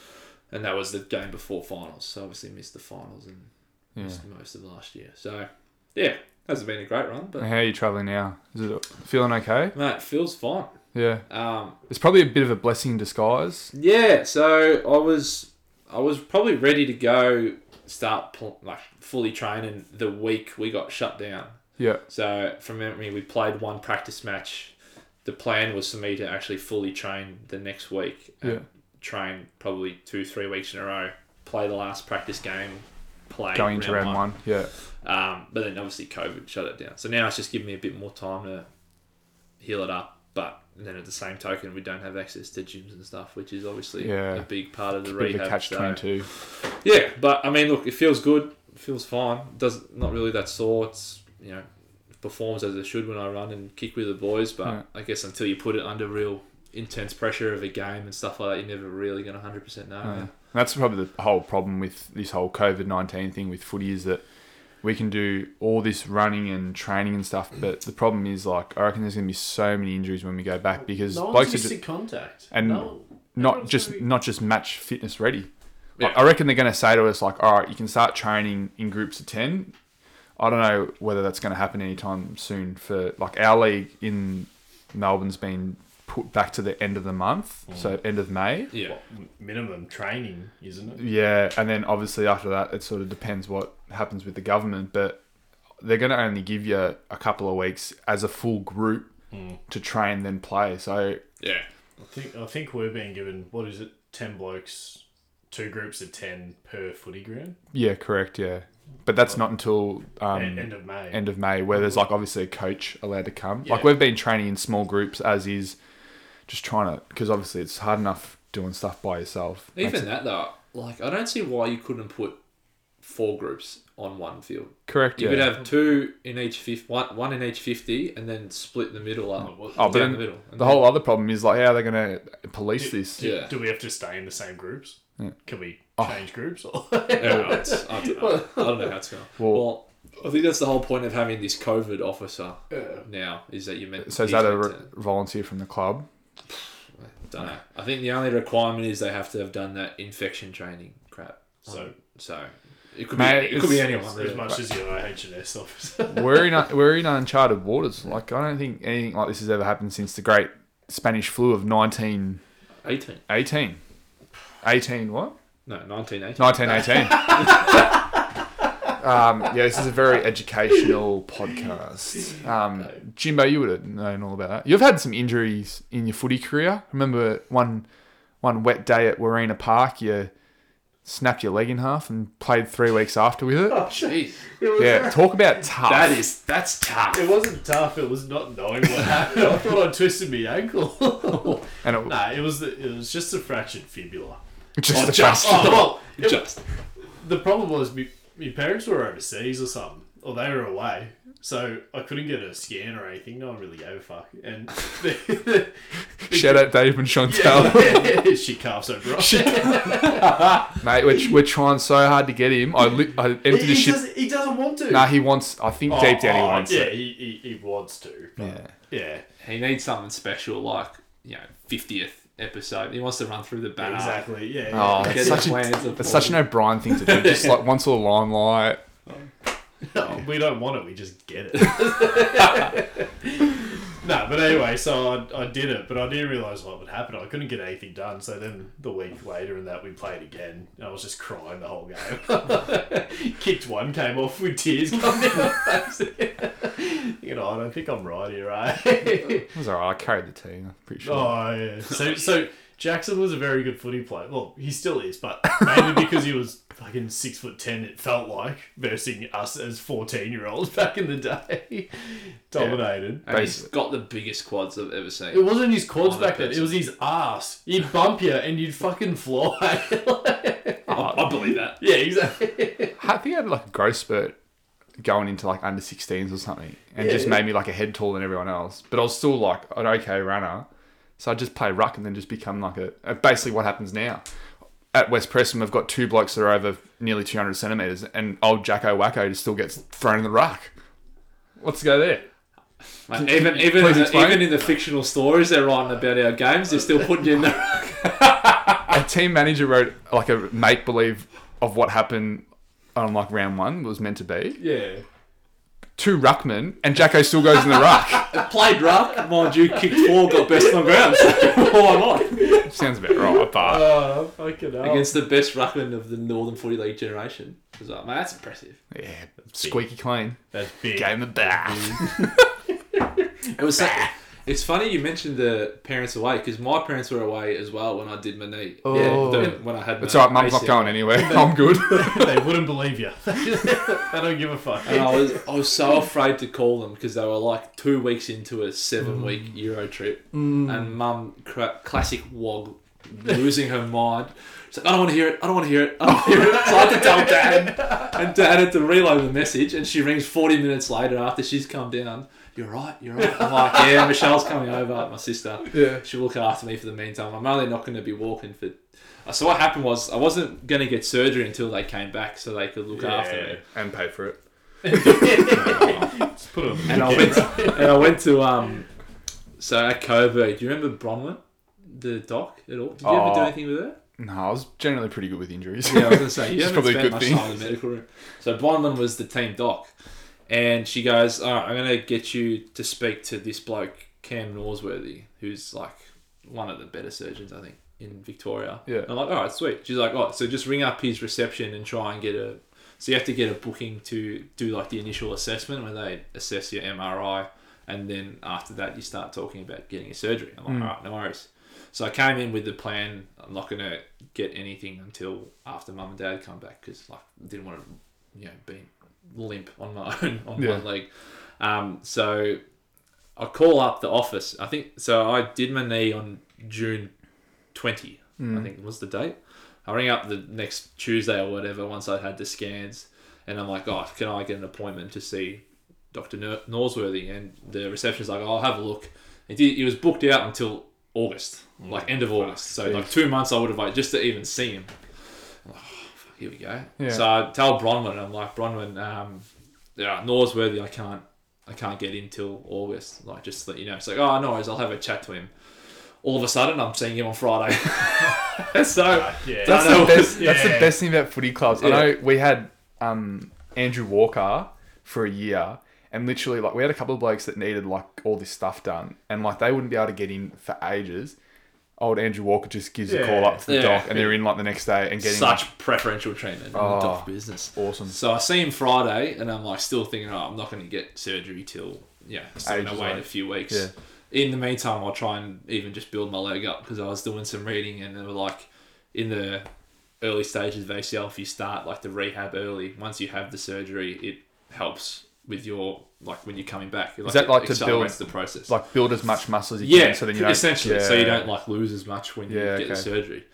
C: And that was the game before finals, so obviously missed the finals and
A: Yeah.
C: missed most of last year. So, yeah, hasn't been a great run, but
A: And how are you traveling now? Is it feeling okay?
C: mate, feels fine.
A: Yeah.
C: Um,
A: It's probably a bit of a blessing in disguise.
C: Yeah, so I was I was probably ready to go start pl- like fully training the week we got shut down.
A: Yeah.
C: So from memory, we played one practice match. The plan was for me to actually fully train the next week. and
A: Yeah.
C: Train probably two three weeks in a row. Play the last practice game. Play
A: Going into round one. Yeah.
C: um, but then obviously COVID shut it down. So now it's just giving me a bit more time to heal it up. But then at the same token, we don't have access to gyms and stuff, which is obviously
A: Yeah.
C: a big part of the
A: Bit of
C: rehab.
A: a catch
C: so-
A: twenty two.
C: Yeah, but I mean, look, it feels good. It feels fine. Does not really that sore. It's you know performs as it should when I run and kick with the boys. But
A: Yeah.
C: I guess until you put it under real intense pressure of a game and stuff like that, you're never really gonna hundred percent know. man.
A: That's probably the whole problem with this whole COVID nineteen thing with footy is that we can do all this running and training and stuff, but the problem is like I reckon there's gonna be so many injuries when we go back because
B: No one's
A: blokes are
B: missing
A: just,
B: contact.
A: and
B: no,
A: not
B: everyone's
A: just
B: gonna be-
A: not just match fitness ready. Like,
C: Yeah.
A: I reckon they're gonna say to us like, all right, you can start training in groups of ten. I don't know whether that's going to happen anytime soon. For like our league in Melbourne's been put back to the end of the month,
B: Mm.
A: so end of May.
C: Yeah.
B: minimum training, isn't it?
A: Yeah, and then obviously after that, it sort of depends what happens with the government, but they're going to only give you a couple of weeks as a full group
B: Mm.
A: to train then play. So
C: Yeah.
B: I think I think we're being given what is it? Ten blokes, two groups of ten per footy ground.
A: yeah, correct, yeah, but that's not until um,
B: E- end of May.
A: end of May, where
C: Mm.
A: there's like obviously a coach allowed to come. Like we've been training in small groups as is, just trying to because obviously it's hard enough doing stuff by yourself. Makes
C: Even
A: it-
C: that though, like I don't see why you couldn't put four groups on one field.
A: Correct.
C: You
A: yeah.
C: could have two in each fifth, one, one in each fifty, and then split the middle up.
A: Oh, but
C: down
A: then
C: the middle.
A: the whole other problem is like, how are they going to police this?
C: Yeah.
B: Do we have to stay in the same groups? Can we change groups? Or
C: Yeah, it's- I, don't know. I don't know how it's going. Well, I think that's the whole point of having this COVID officer now is that you meant.
A: So is
C: he's
A: that a
C: meant
A: re-
C: to-
A: volunteer from the club?
C: don't know. I think the only requirement is they have to have done that infection training crap.
B: So-
C: so it could
A: Mate,
C: be it could be
A: it's-
C: anyone.
B: as
C: really.
B: much as you know, HNS officer.
A: We're in a, we're in uncharted waters. Like I don't think anything like this has ever happened since the Great Spanish Flu of 1918.
C: Eighteen?
A: 18 what?
C: No, nineteen eighteen.
A: 1918. um, yeah, this is a very educational podcast. Um, Jimbo, you would have known all about that. You've had some injuries in your footy career. Remember one one wet day at Warina Park, you snapped your leg in half and played three weeks after with
B: Oh,
A: it.
C: Jeez,
A: Yeah, talk about tough.
C: that is that's tough.
B: It wasn't tough. It was not knowing what happened. I thought I twisted my ankle.
A: and it,
B: nah, it was the, it was just a fractured fibula.
A: just the
C: Just,
A: best.
B: Oh, well, it-
C: just.
B: the problem was me, my parents were overseas or something, or they were away, so I couldn't get a scan or anything. No one really gave a fuck. And the,
A: Shout out Dave and Chantel. Oh.
B: the, she calves over us.
A: Mate, we're, we're trying so hard to get him. I, li- I
B: He,
A: emptied the
B: he,
A: ship.
B: doesn't, he doesn't want to.
A: Nah, he wants, I think deep down he
B: Oh,
A: wants
B: yeah,
A: it.
B: he, he, he wants to. but-
A: Yeah.
B: Yeah.
C: He needs something special, like you know, fiftieth episode. He wants to run through the banner.
B: Exactly. Yeah.
A: Ah. Oh, that's
B: yeah.
C: Get
A: such,
C: the
A: a,
C: plans of
A: that's such an O'Brien thing to do. Just like once all the limelight.
B: No, we don't want it. We just get it. no, but anyway, so I, I did it, but I didn't realize what would happen. I couldn't get anything done. So then the week later, and that we played again. And I was just crying the whole game. Kicked one, came off with tears coming down my face. you know, I don't think I'm right here, eh?
A: It was alright. I carried the team. I'm pretty sure.
B: Oh yeah. So so Jackson was a very good footy player. Well, he still is, but mainly because he was fucking six foot ten. It felt like versus us as fourteen year olds back in the day, dominated.
C: And he's
A: Basically.
C: got the biggest quads I've ever seen.
B: It wasn't his quads
C: Oh,
B: back then.
C: that's-
B: It was his ass. You'd bump you and you'd fucking fly.
C: I believe that.
B: yeah, exactly.
A: I think I had like a growth spurt going into like under 16s or something and just made me like a head taller than everyone else. But I was still like an okay runner. So I just play ruck and then just become like a. uh, Basically, what happens now. At West Preston, we've got two blokes that are over nearly 200 centimetres, and old Jacko Wacko just still gets thrown in the ruck. Let's go there.
C: Mate, even even
A: Please
C: in the,
A: explain.
C: even in the fictional stories they're writing about our games, they're still putting you in the.
A: a team manager wrote like a make believe of what happened on like round one was meant to be.
B: Yeah.
A: Two ruckmen and Jacko still goes in the ruck.
C: Played rough, mind you, kicked four, got best on ground. So why not?
A: Sounds about right, but
B: Oh, fucking hell.
C: Against the best ruckman of the Northern Footy League generation. It was like, mate, that's impressive.
A: yeah, squeaky clean.
B: That's big.
A: Game of bath.
C: It was. it's funny you mentioned the parents away because my parents were away as well when I did my knee.
A: Oh.
C: Yeah, the- when I had.
A: It's
C: my
A: alright, mum's not
C: ACL.
A: going anywhere. I'm good.
B: they wouldn't believe you. I don't give a fuck.
C: And I was I was so afraid to call them because they were like two weeks into a seven week Euro trip, and Mum cra- classic wog losing her mind. She's like, I don't want to hear it. I don't want to hear it. I don't want to hear it. So I had to tell Dad, and Dad had to reload the message. And she rings forty minutes later after she's come down. You're right. You're right. I'm like, yeah, Michelle's coming over. My sister.
A: Yeah.
C: She'll look after me for the meantime. I'm only not going to be walking for. So what happened was I wasn't going to get surgery until they came back so they could look after me.
A: and pay for it.
B: Just put on.
C: And I went. and I went to um. So at Coburg, do you remember Bronwyn, the doc at all? Did you ever do
A: Oh.
C: anything with her?
A: No, I was generally pretty good with injuries.
C: Yeah, I was gonna say you
A: It's
C: haven't
A: probably a
C: spent
A: good
C: much
A: thing.
C: time in the medical room. So Bronwyn was the team doc, and she goes, "All right, I'm gonna get you to speak to this bloke Cam Norsworthy, who's like one of the better surgeons, I think." In Victoria,
A: Yeah.
C: And I'm like, all right, sweet. She's like, oh, so just ring up his reception and try and get a. So you have to get a booking to do like the initial assessment when they assess your MRI, and then after that you start talking about getting a surgery. I'm like, all right, no worries. So I came in with the plan. I'm not gonna get anything until after mum and dad come back because like I didn't want to, you know, be limp on my own on
A: Yeah.
C: one leg. Um, so I call up the office. I think so. I did my knee on June twenty. I think was the date. I rang up the next Tuesday or whatever once I had the scans, and I'm like, oh, can I get an appointment to see Doctor Nor- Norsworthy? And the receptionist's like, oh, I'll have a look. It, did, it was booked out until August, like end of August. So like two months I would have waited just to even see him. I'm like, "Oh, fuck, Here we go.
A: Yeah.
C: So I tell Bronwyn, and I'm like, Bronwyn, um, yeah, Norsworthy, I can't, I can't get in till August. Like, just to let you know. It's like, oh, no worries, I'll have a chat to him. All of a sudden, I'm seeing him on Friday. so
B: yeah.
C: that's
B: No,
C: the
B: no,
C: best.
A: That's the
B: Yeah.
A: best thing about footy clubs. I
C: Yeah.
A: know we had um, Andrew Walker for a year, and literally, like, we had a couple of blokes that needed like all this stuff done, and like they wouldn't be able to get in for ages. Old Andrew Walker just gives a call
B: Yeah.
A: up to the
C: Yeah.
A: doc, and they're in like the next day and getting
C: such
A: like,
C: preferential treatment in the doc business.
A: Oh, awesome.
C: So I see him Friday, and I'm like still thinking, oh, I'm not going to get surgery till yeah, so I'm
A: Ages
C: gonna wait
A: away.
C: a few weeks.
A: Yeah.
C: In the meantime, I'll try and even just build my leg up because I was doing some reading, and they were like, in the early stages of ACL, if you start like the rehab early, once you have the surgery, it helps with your like when you're coming back. Like,
A: that
C: it
A: like to
C: accelerates
A: build-
C: the process?
A: like build as much muscle as you
C: Yeah,
A: can, so then you
C: pr-
A: don't,
C: essentially, so
A: yeah.
C: you don't like lose as much when you
A: Yeah,
C: get the
A: okay.
C: surgery.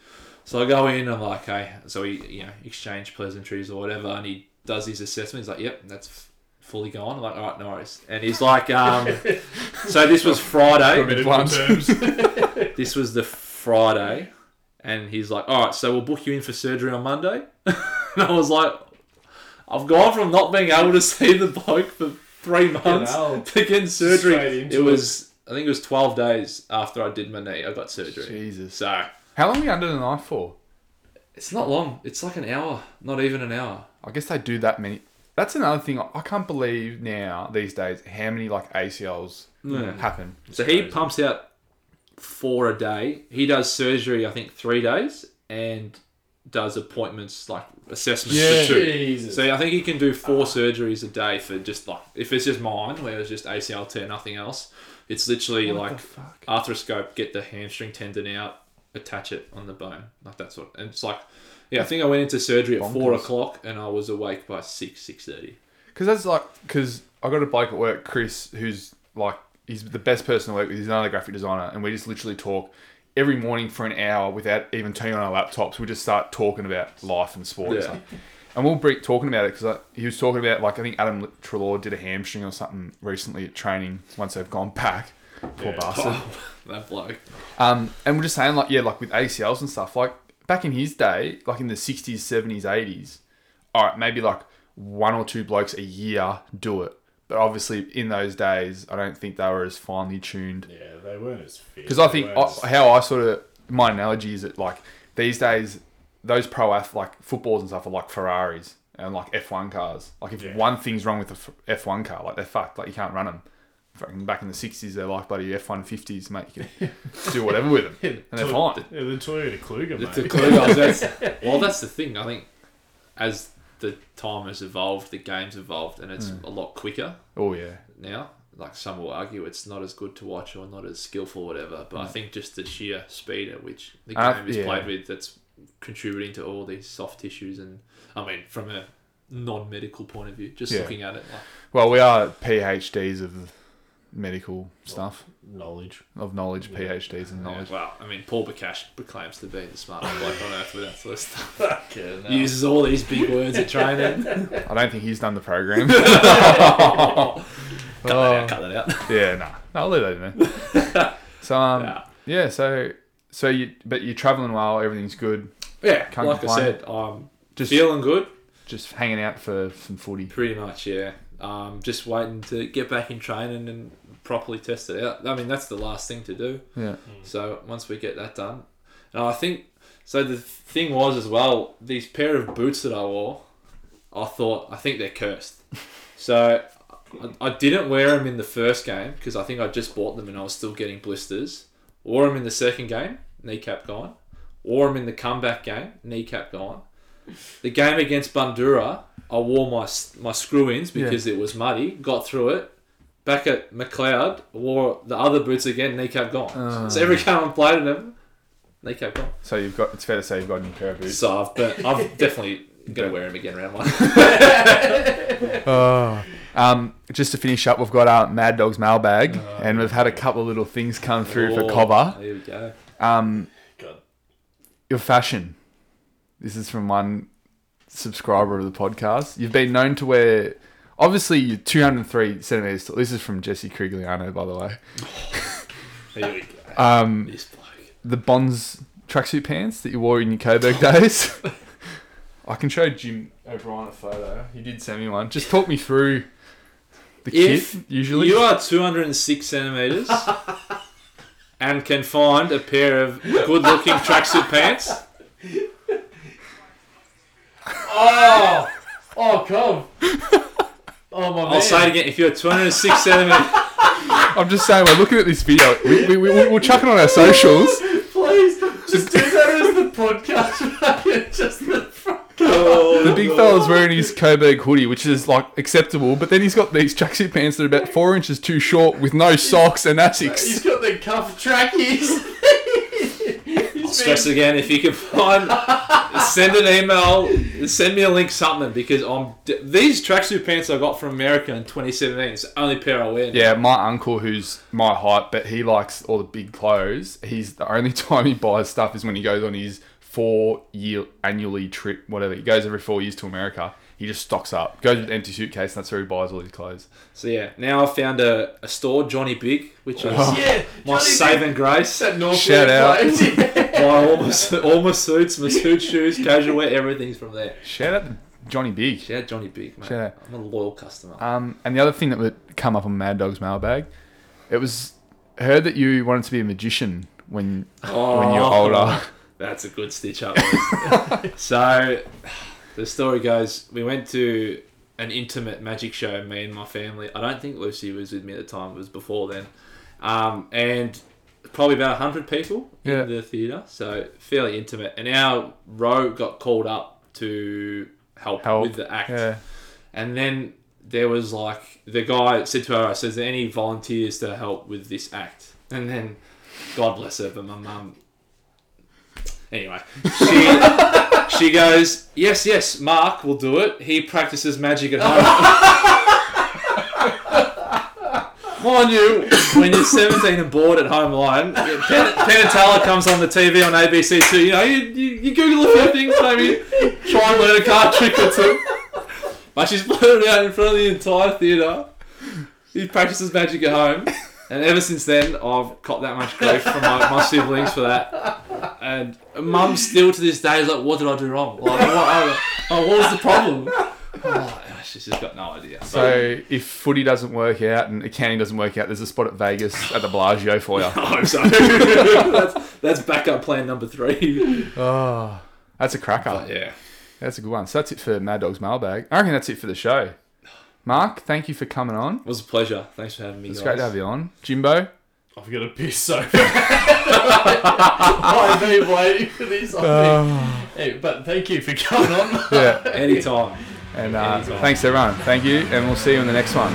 C: So I go in, I'm like, okay, so we you know exchange pleasantries or whatever, and he does his assessment. He's like, yep, that's f- fully gone. I'm like, all right, no worries. And he's like, um, so this was Friday.
B: Medical
A: Once.
B: terms.
C: This was the Friday, and he's like, all right, so we'll book you in for surgery on Monday. and I was like, I've gone from not being able to see the bloke for three months
B: hell.
C: to getting surgery.
B: Straight into
C: It was, I think it was 12 days after I did my knee, I got surgery.
A: Jesus.
C: So
A: How long are you under the knife for?
C: it's not long. It's like an hour, not even an hour.
A: I guess they do that many. That's another thing. I can't believe now these days how many like ACLs happen.
C: So he pumps out four a day. He does surgery, I think, three days, and does appointments like assessments
A: Yeah.
C: for two.
B: Jesus.
C: So I think he can do four surgeries a day for just like if it's just mine, where it's just ACL tear, nothing else. It's literally like arthroscope, get the hamstring tendon out, attach it on the bone, like that sort. And it's like, yeah, I think I went into surgery at four
A: Bonkers.
C: o'clock and I was awake by six six thirty.
A: Because that's like, because I got a bloke at work, Chris, who's like, he's the best person to work with. He's another graphic designer, and we just literally talk every morning for an hour without even turning on our laptops. We just start talking about life and sport and
C: Yeah.
A: stuff. And we'll be talking about it because he was talking about like I think Adam Trelaw did a hamstring or something recently at training. Once they've gone back, poor bastard.
C: that bloke.
A: Um, and we're just saying, like, yeah, like with ACLs and stuff, like back in his day, like in the 60s, 70s, 80s, all right, maybe like one or two blokes a year do it. But obviously, in those days, I don't think they were as finely tuned.
B: yeah, they weren't as fit.
A: Because I
B: They
A: think
B: weren't as-
A: I, how I sort of, my analogy is that, like, these days, those pro ath like footballs and stuff are like Ferraris and like F1 cars. Like, if
B: Yeah.
A: one thing's wrong with the F- F1 car, like, they're fucked. Like, you can't run them. Back in the 60s, they're like bloody F150s, mate. You can do whatever with them. And they're
B: Toy-
A: fine.
B: Yeah, the Toyota Kluger, mate.
C: The clue guys, that's- well, that's the thing. I think as the time has evolved, the game's evolved, and it's a lot quicker
A: Oh yeah,
C: now. Like some will argue, it's not as good to watch or not as skillful, whatever. But I think just the sheer speed at which the game
A: Hmm. Uh,
C: is
A: yeah.
C: played with that's contributing to all these soft tissues, and I mean, from a non-medical point of view, just
A: Yeah.
C: looking at it, like,
A: Well, we are PhDs of medical stuff,
B: Knowledge.
A: of knowledge, PhDs in
C: yeah,
A: knowledge.
C: wow. I mean, Paul Bakash claims to be the smartest bloke on earth with that sort of stuff.
B: Yeah, no.
C: Uses all these big words at training.
A: I don't think he's done the program.
C: cut that out. Cut that out.
A: yeah, nah, no, I'll leave that in there. So um, yeah.
C: Nah.
A: so so you but you're traveling well, everything's good,
C: Yeah,
A: Can't
C: like
A: complain.
C: I said, I'm
A: Just-
C: feeling good,
A: just hanging out for some footy.
C: pretty much. Yeah, um, just waiting to get back in training and properly test it out. I mean, that's the last thing to do.
A: Yeah,
C: So once we get that done, and I think so. The thing was as well, these pair of boots that I wore, I thought I think they're cursed. So I, I didn't wear them in the first game because I think I just bought them and I was still getting blisters. Wore them in the second game, kneecap gone. Wore them in the comeback game, kneecap gone. The game against Bandura, I wore my s- my screw ins because it was muddy. Got through it. Back at McLeod, wore the other boots again, kneecap gone. so every game I played in them, kneecap gone.
A: so you've got it's fair to say you've got a new pair of boots.
C: So I've been, I've definitely gonna wear them again round one.
A: Um, just to finish up, we've got our Mad Dog's mailbag, and we've had a couple of little things come through for
C: Oh,
A: Cobber.
C: There we go.
A: Um,
B: God.
A: your fashion. This is from one subscriber of the podcast. You've been known to wear, obviously, you're 203 centimeters tall. This is from Jesse Crigliano, by the way.
C: Here we go. Um, this bloke.
A: The Bonds tracksuit pants that you wore in your Coburg days. I can show Jim O'Brien a photo. He did send me one. Just talk me through the
C: If
A: kit, usually.
C: you are 206 centimeters and can find a pair of good-looking tracksuit pants,
B: Oh, come. Oh, my
C: I'll say it again. If you're 206 centimeters,
A: I'm just saying, we're looking at this video. We, we, we, we'll chuck it on our socials.
B: Please, just do that as the podcast. just the
A: The big fella's wearing his Coburg hoodie, which is like acceptable, but then he's got these tracksuit pants that are about four inches too short with no socks and
B: He's
A: Asics.
B: got the cuff trackies.
C: I'll stress again. If you can find, send an email, send me a link, something, because I'm these tracksuit pants I got from America in 2017. It's the only pair I wear. now.
A: Yeah, my uncle, who's my height, but he likes all the big clothes. He's the only time he buys stuff is when he goes on his four year annually trip, whatever. He goes every four years to America. He just stocks up, goes with an empty suitcase, and that's where he buys all his clothes.
C: So yeah, now I found a, a store, Johnny Big, which is
A: Oh.
B: Yeah,
C: Oh, my saving grace.
A: Shout out.
C: Buy all my, su- all my suits, my suit shoes, casual wear, everything's from there.
A: Shout out to Johnny Big.
C: Yeah, Johnny Big, mate.
A: Shout out.
C: I'm a loyal customer.
A: Um, and the other thing that would come up on Mad Dog's mailbag, it was heard that you wanted to be a magician when when you're
C: Oh.
A: older.
C: That's a good stitch up. boys. so, the story goes: we went to an intimate magic show. Me and my family. I don't think Lucy was with me at the time. It was before then, um, and probably about hundred people
A: Yeah.
C: in the theatre. So fairly intimate. And our row got called up to help,
A: Help.
C: with the act.
A: Yeah.
C: And then there was like the guy said to her, "I says, "Is there any volunteers to help with this act?" And then, God bless her, but my mum. Anyway, she she goes, "Yes, yes, Mark will do it. He practices magic at home." Mind you, when you're 17 and bored at home alone, Penn, Penn and Teller comes on the TV on ABC2. You know, you, you, you Google a few things, maybe try and learn a card trick or two. But she's blurted out in front of the entire theatre. He practices magic at home. And ever since then, I've caught that much grief from my, my siblings for that. And mum still to this day is like, what did I do wrong? Like, what, I, I- what was the problem? Oh, she's just got no idea.
A: So if footy doesn't work out and accounting doesn't work out, there's a spot at Vegas at the Bellagio for you.
C: I hope so. that's, that's backup plan number three.
A: oh, that's a cracker.
C: Yeah.
A: That's a good one. So that's it for Mad Dog's mailbag. I reckon that's it for the show. Mark, thank you for coming on.
C: It was a pleasure. Thanks for having me.
A: It's great to have you on. Jimbo,
B: I've got to piss so bad. I've been waiting for this. I think. Hey, but thank you for coming on.
A: yeah,
C: Anytime.
A: and uh, thanks everyone. Thank you, and we'll see you in the next one.